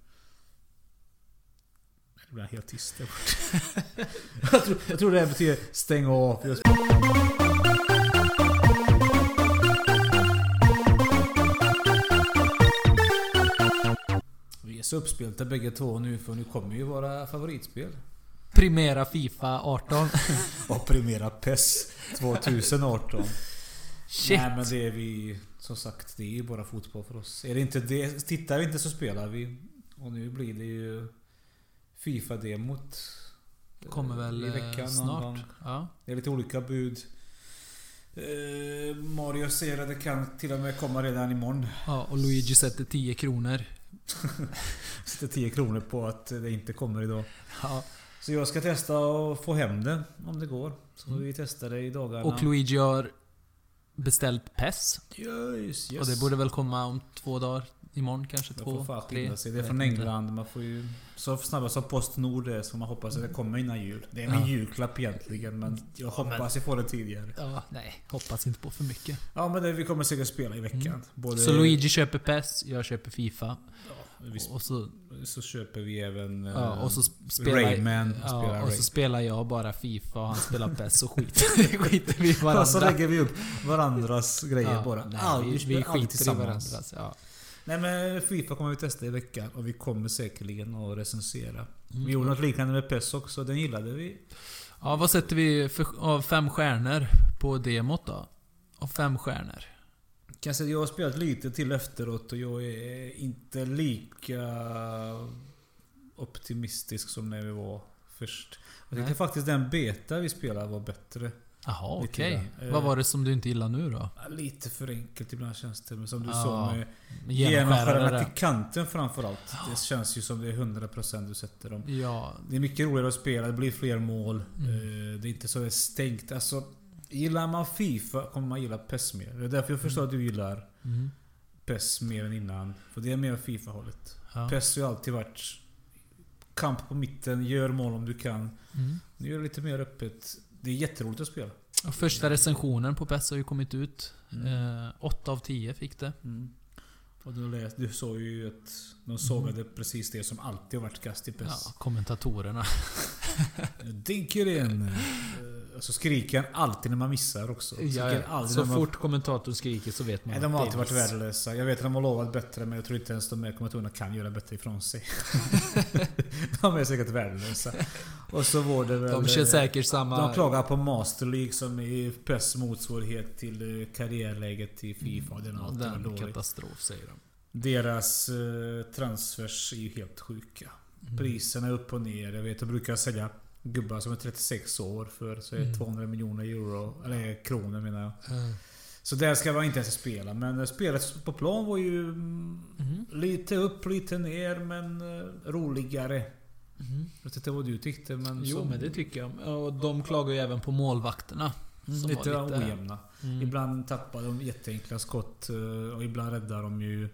[SPEAKER 2] Det blir helt tyst där borta. [LAUGHS] jag, tror, jag tror det här betyder stäng av. Jag- Vi är så uppspelta bägge två nu för nu kommer ju våra favoritspel.
[SPEAKER 3] Primera Fifa 18.
[SPEAKER 2] [LAUGHS] Och Primera PES [LAUGHS] 2018.
[SPEAKER 3] Shit!
[SPEAKER 2] Nej men det är vi... Som sagt, det är ju bara fotboll för oss. Är det inte det, tittar vi inte så spelar vi. Och nu blir det ju Fifa-demot.
[SPEAKER 3] Kommer väl
[SPEAKER 2] I
[SPEAKER 3] eh,
[SPEAKER 2] veckan någon gång.
[SPEAKER 3] snart. Ja.
[SPEAKER 2] Det är lite olika bud. Eh, Mario säger att det kan till och med komma redan imorgon.
[SPEAKER 3] ja, och Luigi sätter 10 kronor.
[SPEAKER 2] Sätter 10 kronor på att det inte kommer idag.
[SPEAKER 3] Ja.
[SPEAKER 2] Så jag ska testa och få hem det om det går. Så får vi testa det i dagarna.
[SPEAKER 3] Mm. Och Luigi har beställt PES.
[SPEAKER 2] Yes, yes.
[SPEAKER 3] Och det borde väl komma om två dagar? Imorgon kanske
[SPEAKER 2] Det
[SPEAKER 3] två,
[SPEAKER 2] får fan
[SPEAKER 3] tre.
[SPEAKER 2] skynda sig. Det är
[SPEAKER 3] jag
[SPEAKER 2] från
[SPEAKER 3] vet inte.
[SPEAKER 2] England. Man får ju... Så snabbt som Postnord är så man hoppas att det kommer innan jul. Det är min
[SPEAKER 3] Ja. Mm.
[SPEAKER 2] julklapp egentligen men jag hoppas jag får det tidigare.
[SPEAKER 3] Ja, nej. Hoppas inte på för mycket.
[SPEAKER 2] Ja men det, vi kommer säkert spela i veckan.
[SPEAKER 3] Mm.
[SPEAKER 2] Både,
[SPEAKER 3] Så Luigi köper PES, jag köper FIFA.
[SPEAKER 2] vi sp-
[SPEAKER 3] Och så,
[SPEAKER 2] så köper vi även... eh,
[SPEAKER 3] ja, och så sp- spelar,
[SPEAKER 2] Rayman spelar
[SPEAKER 3] ja, och
[SPEAKER 2] Rayman.
[SPEAKER 3] så spelar jag bara FIFA och han spelar
[SPEAKER 2] [LAUGHS]
[SPEAKER 3] PES så skiter, [LAUGHS] skiter vi i varandra.
[SPEAKER 2] Och [LAUGHS] så lägger vi upp varandras grejer
[SPEAKER 3] Ja,
[SPEAKER 2] bara.
[SPEAKER 3] nej,
[SPEAKER 2] Allt,
[SPEAKER 3] vi, vi
[SPEAKER 2] spelar allt
[SPEAKER 3] skiter i
[SPEAKER 2] tillsammans.
[SPEAKER 3] varandras. Ja.
[SPEAKER 2] Nej men Fifa kommer vi testa i veckan och vi kommer säkerligen att recensera.
[SPEAKER 3] Mm.
[SPEAKER 2] Vi gjorde något liknande med PES också, den gillade vi.
[SPEAKER 3] ja, vad sätter vi för, av fem stjärnor på demot då? Av fem stjärnor.
[SPEAKER 2] Kan säga att jag har spelat lite till efteråt och jag är inte lika optimistisk som när vi var först. Jag tyckte
[SPEAKER 3] Nej.
[SPEAKER 2] faktiskt den beta vi spelade var bättre.
[SPEAKER 3] Jaha,
[SPEAKER 2] Lite
[SPEAKER 3] okej.
[SPEAKER 2] grann. Eh,
[SPEAKER 3] Vad var det som du inte gillar nu då?
[SPEAKER 2] Ja, Lite för enkelt ibland känns det, men som du
[SPEAKER 3] Ja,
[SPEAKER 2] sa med
[SPEAKER 3] Genomskärare.
[SPEAKER 2] genomskärarna till kanten framförallt. Det känns ju som det är 100% du sätter dem.
[SPEAKER 3] Ja,
[SPEAKER 2] Det är mycket roligare att spela, det blir fler mål.
[SPEAKER 3] Mm.
[SPEAKER 2] Eh, Det är inte så det är stängt. Alltså, gillar man Fifa kommer man gilla PES mer. Det är därför jag förstår att du gillar
[SPEAKER 3] mm,
[SPEAKER 2] PES mer än innan. För det är mer Fifa-hållet.
[SPEAKER 3] ja.
[SPEAKER 2] PES har ju alltid varit kamp på mitten, gör mål om du kan.
[SPEAKER 3] Mm.
[SPEAKER 2] Nu är det lite mer öppet. Det är jätteroligt att spela.
[SPEAKER 3] Och första recensionen på PES har ju kommit ut.
[SPEAKER 2] Mm.
[SPEAKER 3] Eh, 8 av 10 fick det.
[SPEAKER 2] Och du, läst, du såg ju att de sågade precis det som alltid har varit kast i
[SPEAKER 3] Mm. Ja,
[SPEAKER 2] PES.
[SPEAKER 3] kommentatorerna.
[SPEAKER 2] Dinker in! Eh, Och så skriker han alltid när man missar också.
[SPEAKER 3] Ja,
[SPEAKER 2] Skriker
[SPEAKER 3] ja.
[SPEAKER 2] aldrig
[SPEAKER 3] Så
[SPEAKER 2] när man-
[SPEAKER 3] fort kommentatorn skriker så vet man
[SPEAKER 2] Nej,
[SPEAKER 3] att
[SPEAKER 2] de har
[SPEAKER 3] det är
[SPEAKER 2] alltid varit
[SPEAKER 3] miss.
[SPEAKER 2] värdelösa. Jag vet att de har lovat bättre men jag tror inte ens de här kommentatorerna kan göra bättre
[SPEAKER 3] [LAUGHS]
[SPEAKER 2] ifrån sig. de är säkert värdelösa. Och så var det väl... eh,
[SPEAKER 3] De kör säkert samma...
[SPEAKER 2] De klagar på Master League som är PES motsvarighet till eh, karriärläget i Fifa. Den har alltid varit
[SPEAKER 3] Mm. den
[SPEAKER 2] dålig.
[SPEAKER 3] katastrof säger de.
[SPEAKER 2] Deras eh, transfers är ju helt sjuka.
[SPEAKER 3] Mm.
[SPEAKER 2] Priserna är upp och ner. Jag vet de brukar sälja gubbar som är 36 år för så är det
[SPEAKER 3] Mm.
[SPEAKER 2] 200 miljoner euro. Eller kronor menar jag.
[SPEAKER 3] Eh,
[SPEAKER 2] Så där ska man inte ens spela. Men eh, spelet på plan var ju mm,
[SPEAKER 3] mhm,
[SPEAKER 2] lite upp, lite ner men eh, roligare. Jag vet inte vad du tyckte men...
[SPEAKER 3] mhm. Jo
[SPEAKER 2] som-
[SPEAKER 3] men det tycker jag. Och de klagar ju även på målvakterna.
[SPEAKER 2] Mm,
[SPEAKER 3] som
[SPEAKER 2] lite,
[SPEAKER 3] var lite- mm,
[SPEAKER 2] ojämna. Ibland tappar de jätteenkla skott eh, och ibland räddar de ju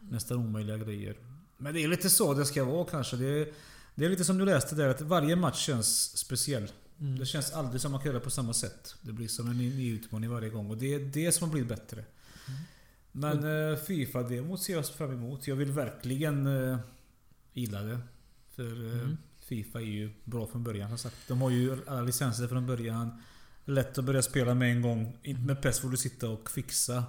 [SPEAKER 2] nästan omöjliga grejer. Men det är lite så det ska vara kanske. Det är, det är lite som du läste där, att varje match känns speciell.
[SPEAKER 3] mm,
[SPEAKER 2] Det känns aldrig som man kan göra på samma sätt. Det blir som en ny, ny utmaning varje gång och det är det som har blivit bättre. Men
[SPEAKER 3] Mm.
[SPEAKER 2] eh, Fifa-demot ser jag fram emot. Jag vill verkligen eh, gilla det. För eh,
[SPEAKER 3] Mm.
[SPEAKER 2] Fifa är ju bra från början som sagt. De har ju alla licenser från början. Lätt att börja spela med en gång. Inte Med PES får du sitta och fixa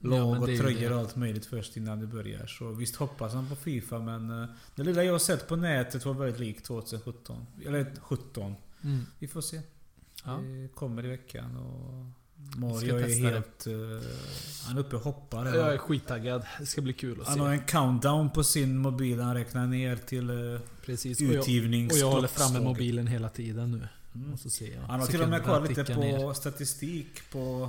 [SPEAKER 3] Ja,
[SPEAKER 2] lag
[SPEAKER 3] men
[SPEAKER 2] och
[SPEAKER 3] det är ju
[SPEAKER 2] tröjor
[SPEAKER 3] det.
[SPEAKER 2] och allt möjligt först innan du börjar. Så visst hoppas man på Fifa men eh, det lilla jag har sett på nätet var väldigt likt 2017. Eller 17.
[SPEAKER 3] Mm.
[SPEAKER 2] Vi får se.
[SPEAKER 3] Ja.
[SPEAKER 2] Det Eh, kommer i veckan och...
[SPEAKER 3] Ska
[SPEAKER 2] Mario är
[SPEAKER 3] testa det.
[SPEAKER 2] helt... eh, han är uppe och hoppar. redan.
[SPEAKER 3] Jag är skittaggad. Det ska bli kul att
[SPEAKER 2] Han har
[SPEAKER 3] se.
[SPEAKER 2] en countdown på sin mobil. Han räknar ner till uh,
[SPEAKER 3] Precis. Och jag, och
[SPEAKER 2] utgivningsklockslaget.
[SPEAKER 3] jag håller framme mobilen hela tiden nu. Och så ser jag.
[SPEAKER 2] Han har till och
[SPEAKER 3] Sekunderna
[SPEAKER 2] med kollat lite
[SPEAKER 3] tickar
[SPEAKER 2] på
[SPEAKER 3] ner.
[SPEAKER 2] statistik på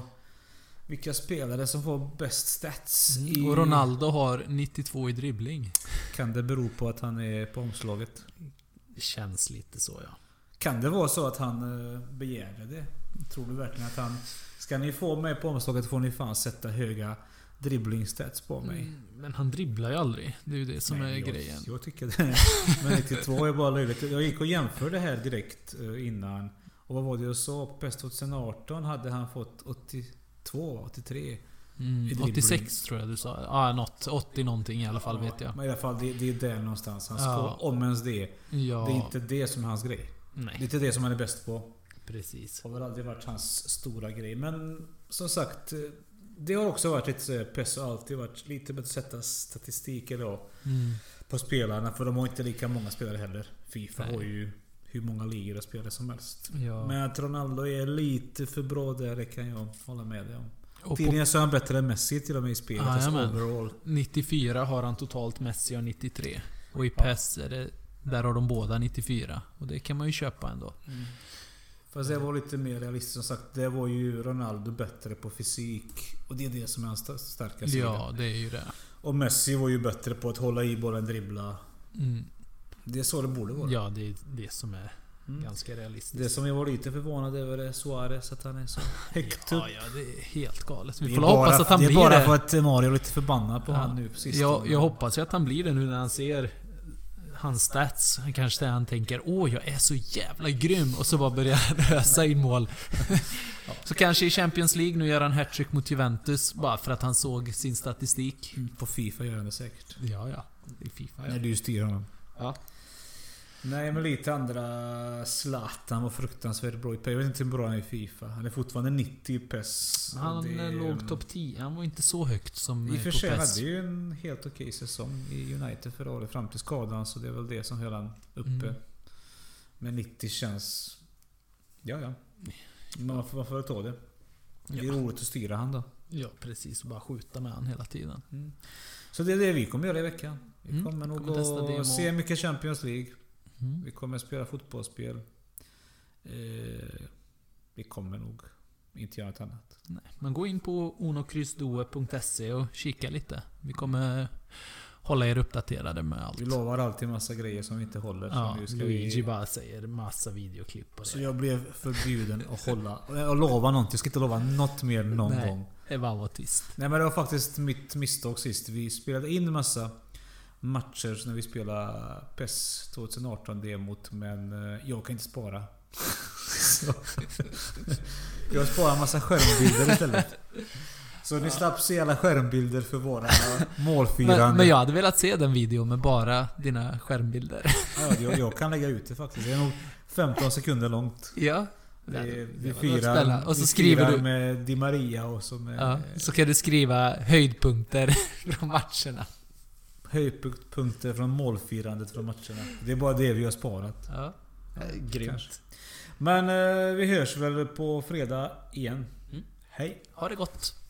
[SPEAKER 2] vilka spelare som får bäst stats. i-
[SPEAKER 3] Mm, Och Ronaldo har 92 i dribbling.
[SPEAKER 2] Kan det bero på att han är på omslaget?
[SPEAKER 3] Det känns lite så ja.
[SPEAKER 2] Kan det vara så att han eh, begärde det? Tror du verkligen att han... Ska ni få mig på omslaget får ni fan sätta höga dribblingstats på mig.
[SPEAKER 3] Men han dribblar ju aldrig. Det är ju det som
[SPEAKER 2] Nej,
[SPEAKER 3] är
[SPEAKER 2] jag,
[SPEAKER 3] grejen.
[SPEAKER 2] Jag tycker det. Men 92 är bara löjligt. Jag gick och jämförde här direkt eh, innan. Och vad var det jag sa? På PES 2018 hade han fått 82, 83. i
[SPEAKER 3] Mm,
[SPEAKER 2] dribbling.
[SPEAKER 3] 86 tror jag du sa. Ja, något. 80 någonting i alla fall vet jag.
[SPEAKER 2] Men i alla fall, det, det är där någonstans han ska
[SPEAKER 3] Ja.
[SPEAKER 2] vara, Om ens det.
[SPEAKER 3] Ja,
[SPEAKER 2] Det är inte det som är hans grej. Det är
[SPEAKER 3] nej.
[SPEAKER 2] inte det som han är bäst på.
[SPEAKER 3] Precis.
[SPEAKER 2] har väl aldrig varit hans stora grej. Men som sagt. eh, Det har också varit lite så här, PES har alltid varit lite med att sätta statistik eller ja,
[SPEAKER 3] Mm.
[SPEAKER 2] på spelarna. För de har inte lika många spelare heller. Fifa
[SPEAKER 3] Nej.
[SPEAKER 2] har ju hur många ligor och spelare som helst.
[SPEAKER 3] Ja.
[SPEAKER 2] Men att Ronaldo är lite för bra där, det kan jag hålla med dig om.
[SPEAKER 3] och på
[SPEAKER 2] Tydligen så är han bättre än Messi till och med i spelet. alltså
[SPEAKER 3] Jajamän.
[SPEAKER 2] overall.
[SPEAKER 3] 94 har han totalt Messi och 93. Och i PES är det... Där har de båda 94. Och det kan man ju köpa ändå.
[SPEAKER 2] Fast det var lite mer realistiskt som sagt. Det var ju Ronaldo bättre på fysik. Och det är det som är hans sta- starka sida.
[SPEAKER 3] Ja, det är ju det.
[SPEAKER 2] Och Messi var ju bättre på att hålla i bollen, dribbla.
[SPEAKER 3] Mm.
[SPEAKER 2] Det är så det borde vara.
[SPEAKER 3] Ja, det är det som är
[SPEAKER 2] Mm.
[SPEAKER 3] Ganska realistiskt.
[SPEAKER 2] Det som jag var lite förvånad över är Suarez, att han är så
[SPEAKER 3] [LAUGHS]
[SPEAKER 2] högt upp.
[SPEAKER 3] Ja, ja, det är helt galet. Vi
[SPEAKER 2] Det är
[SPEAKER 3] får hoppas
[SPEAKER 2] bara-
[SPEAKER 3] att han
[SPEAKER 2] det. är
[SPEAKER 3] blir
[SPEAKER 2] bara
[SPEAKER 3] det.
[SPEAKER 2] för att Mario är lite förbannad på
[SPEAKER 3] Ja.
[SPEAKER 2] han nu på sistone.
[SPEAKER 3] jag, jag hoppas ju att han blir det nu när han ser hans stats. Han Kanske där han tänker Åh, jag är så jävla grym. Och så bara börjar [LAUGHS] han ösa in mål. så kanske i Champions League nu gör han hattrick mot Juventus bara för att han såg sin statistik.
[SPEAKER 2] Mm, På Fifa gör han det säkert.
[SPEAKER 3] Ja, ja. I Fifa,
[SPEAKER 2] När
[SPEAKER 3] ja.
[SPEAKER 2] du styr honom.
[SPEAKER 3] ja.
[SPEAKER 2] Nej men lite andra... Zlatan var fruktansvärt bra i PES. Jag vet inte hur bra han är i Fifa. Han är fortfarande 90 i PES.
[SPEAKER 3] Han
[SPEAKER 2] Det är,
[SPEAKER 3] eh,
[SPEAKER 2] ehm,
[SPEAKER 3] låg topp 10. Han var inte så högt som
[SPEAKER 2] I
[SPEAKER 3] eh,
[SPEAKER 2] och för
[SPEAKER 3] på
[SPEAKER 2] sig hade
[SPEAKER 3] PES.
[SPEAKER 2] han ju en helt okej säsong i United förra året fram till skadan. Så det är väl det som höll han uppe.
[SPEAKER 3] Mm.
[SPEAKER 2] Men 90 känns... Ja, ja. Man får, man får väl ta det. Det är
[SPEAKER 3] Ja.
[SPEAKER 2] roligt att styra han då.
[SPEAKER 3] Ja, precis. Och bara skjuta med han hela tiden.
[SPEAKER 2] Mm. Så det är det vi kommer göra i veckan. Vi
[SPEAKER 3] Mm.
[SPEAKER 2] kommer nog
[SPEAKER 3] Kommer testa demo.
[SPEAKER 2] att se mycket Champions League.
[SPEAKER 3] Mm.
[SPEAKER 2] Vi kommer att spela fotbollsspel. Eh, vi kommer nog inte göra något annat.
[SPEAKER 3] Nej, men gå in på onokryssdoe.se och kika lite. Vi kommer hålla er uppdaterade med allt.
[SPEAKER 2] Vi lovar alltid massa grejer som vi inte håller. så
[SPEAKER 3] Ja,
[SPEAKER 2] nu ska vi-
[SPEAKER 3] Luigi bara säger massa videoklipp och
[SPEAKER 2] Så
[SPEAKER 3] det.
[SPEAKER 2] jag blev förbjuden att hålla och lova någonting. Jag ska inte lova något mer någon
[SPEAKER 3] Nej.
[SPEAKER 2] gång.
[SPEAKER 3] Det bara var tyst.
[SPEAKER 2] Nej men det var faktiskt mitt misstag sist. Vi spelade in massa matcher när vi spelade PES 2018-demot men eh, jag kan inte spara. [LAUGHS] Så. [LAUGHS] Jag sparar massa skärmbilder istället. Så ni slapp se alla skärmbilder för våra målfirande.
[SPEAKER 3] Men, men jag hade velat se den videon med bara dina skärmbilder. [LAUGHS]
[SPEAKER 2] Ja, jag, jag kan lägga ut det faktiskt. Det är nog 15 sekunder långt.
[SPEAKER 3] ja.
[SPEAKER 2] Det,
[SPEAKER 3] Det hade- det
[SPEAKER 2] vi
[SPEAKER 3] hade varit spännande.
[SPEAKER 2] firar,
[SPEAKER 3] Och så
[SPEAKER 2] vi
[SPEAKER 3] skriver
[SPEAKER 2] firar
[SPEAKER 3] du...
[SPEAKER 2] med Di Maria och så med
[SPEAKER 3] Ja, så kan du skriva höjdpunkter [LAUGHS] från matcherna.
[SPEAKER 2] höjdpunkter från målfirandet från matcherna. Det är bara det vi har sparat.
[SPEAKER 3] Ja. Eh,
[SPEAKER 2] kanske.
[SPEAKER 3] Grymt.
[SPEAKER 2] Men eh, vi hörs väl på fredag igen.
[SPEAKER 3] Mm.
[SPEAKER 2] Hej!
[SPEAKER 3] Ha det gott.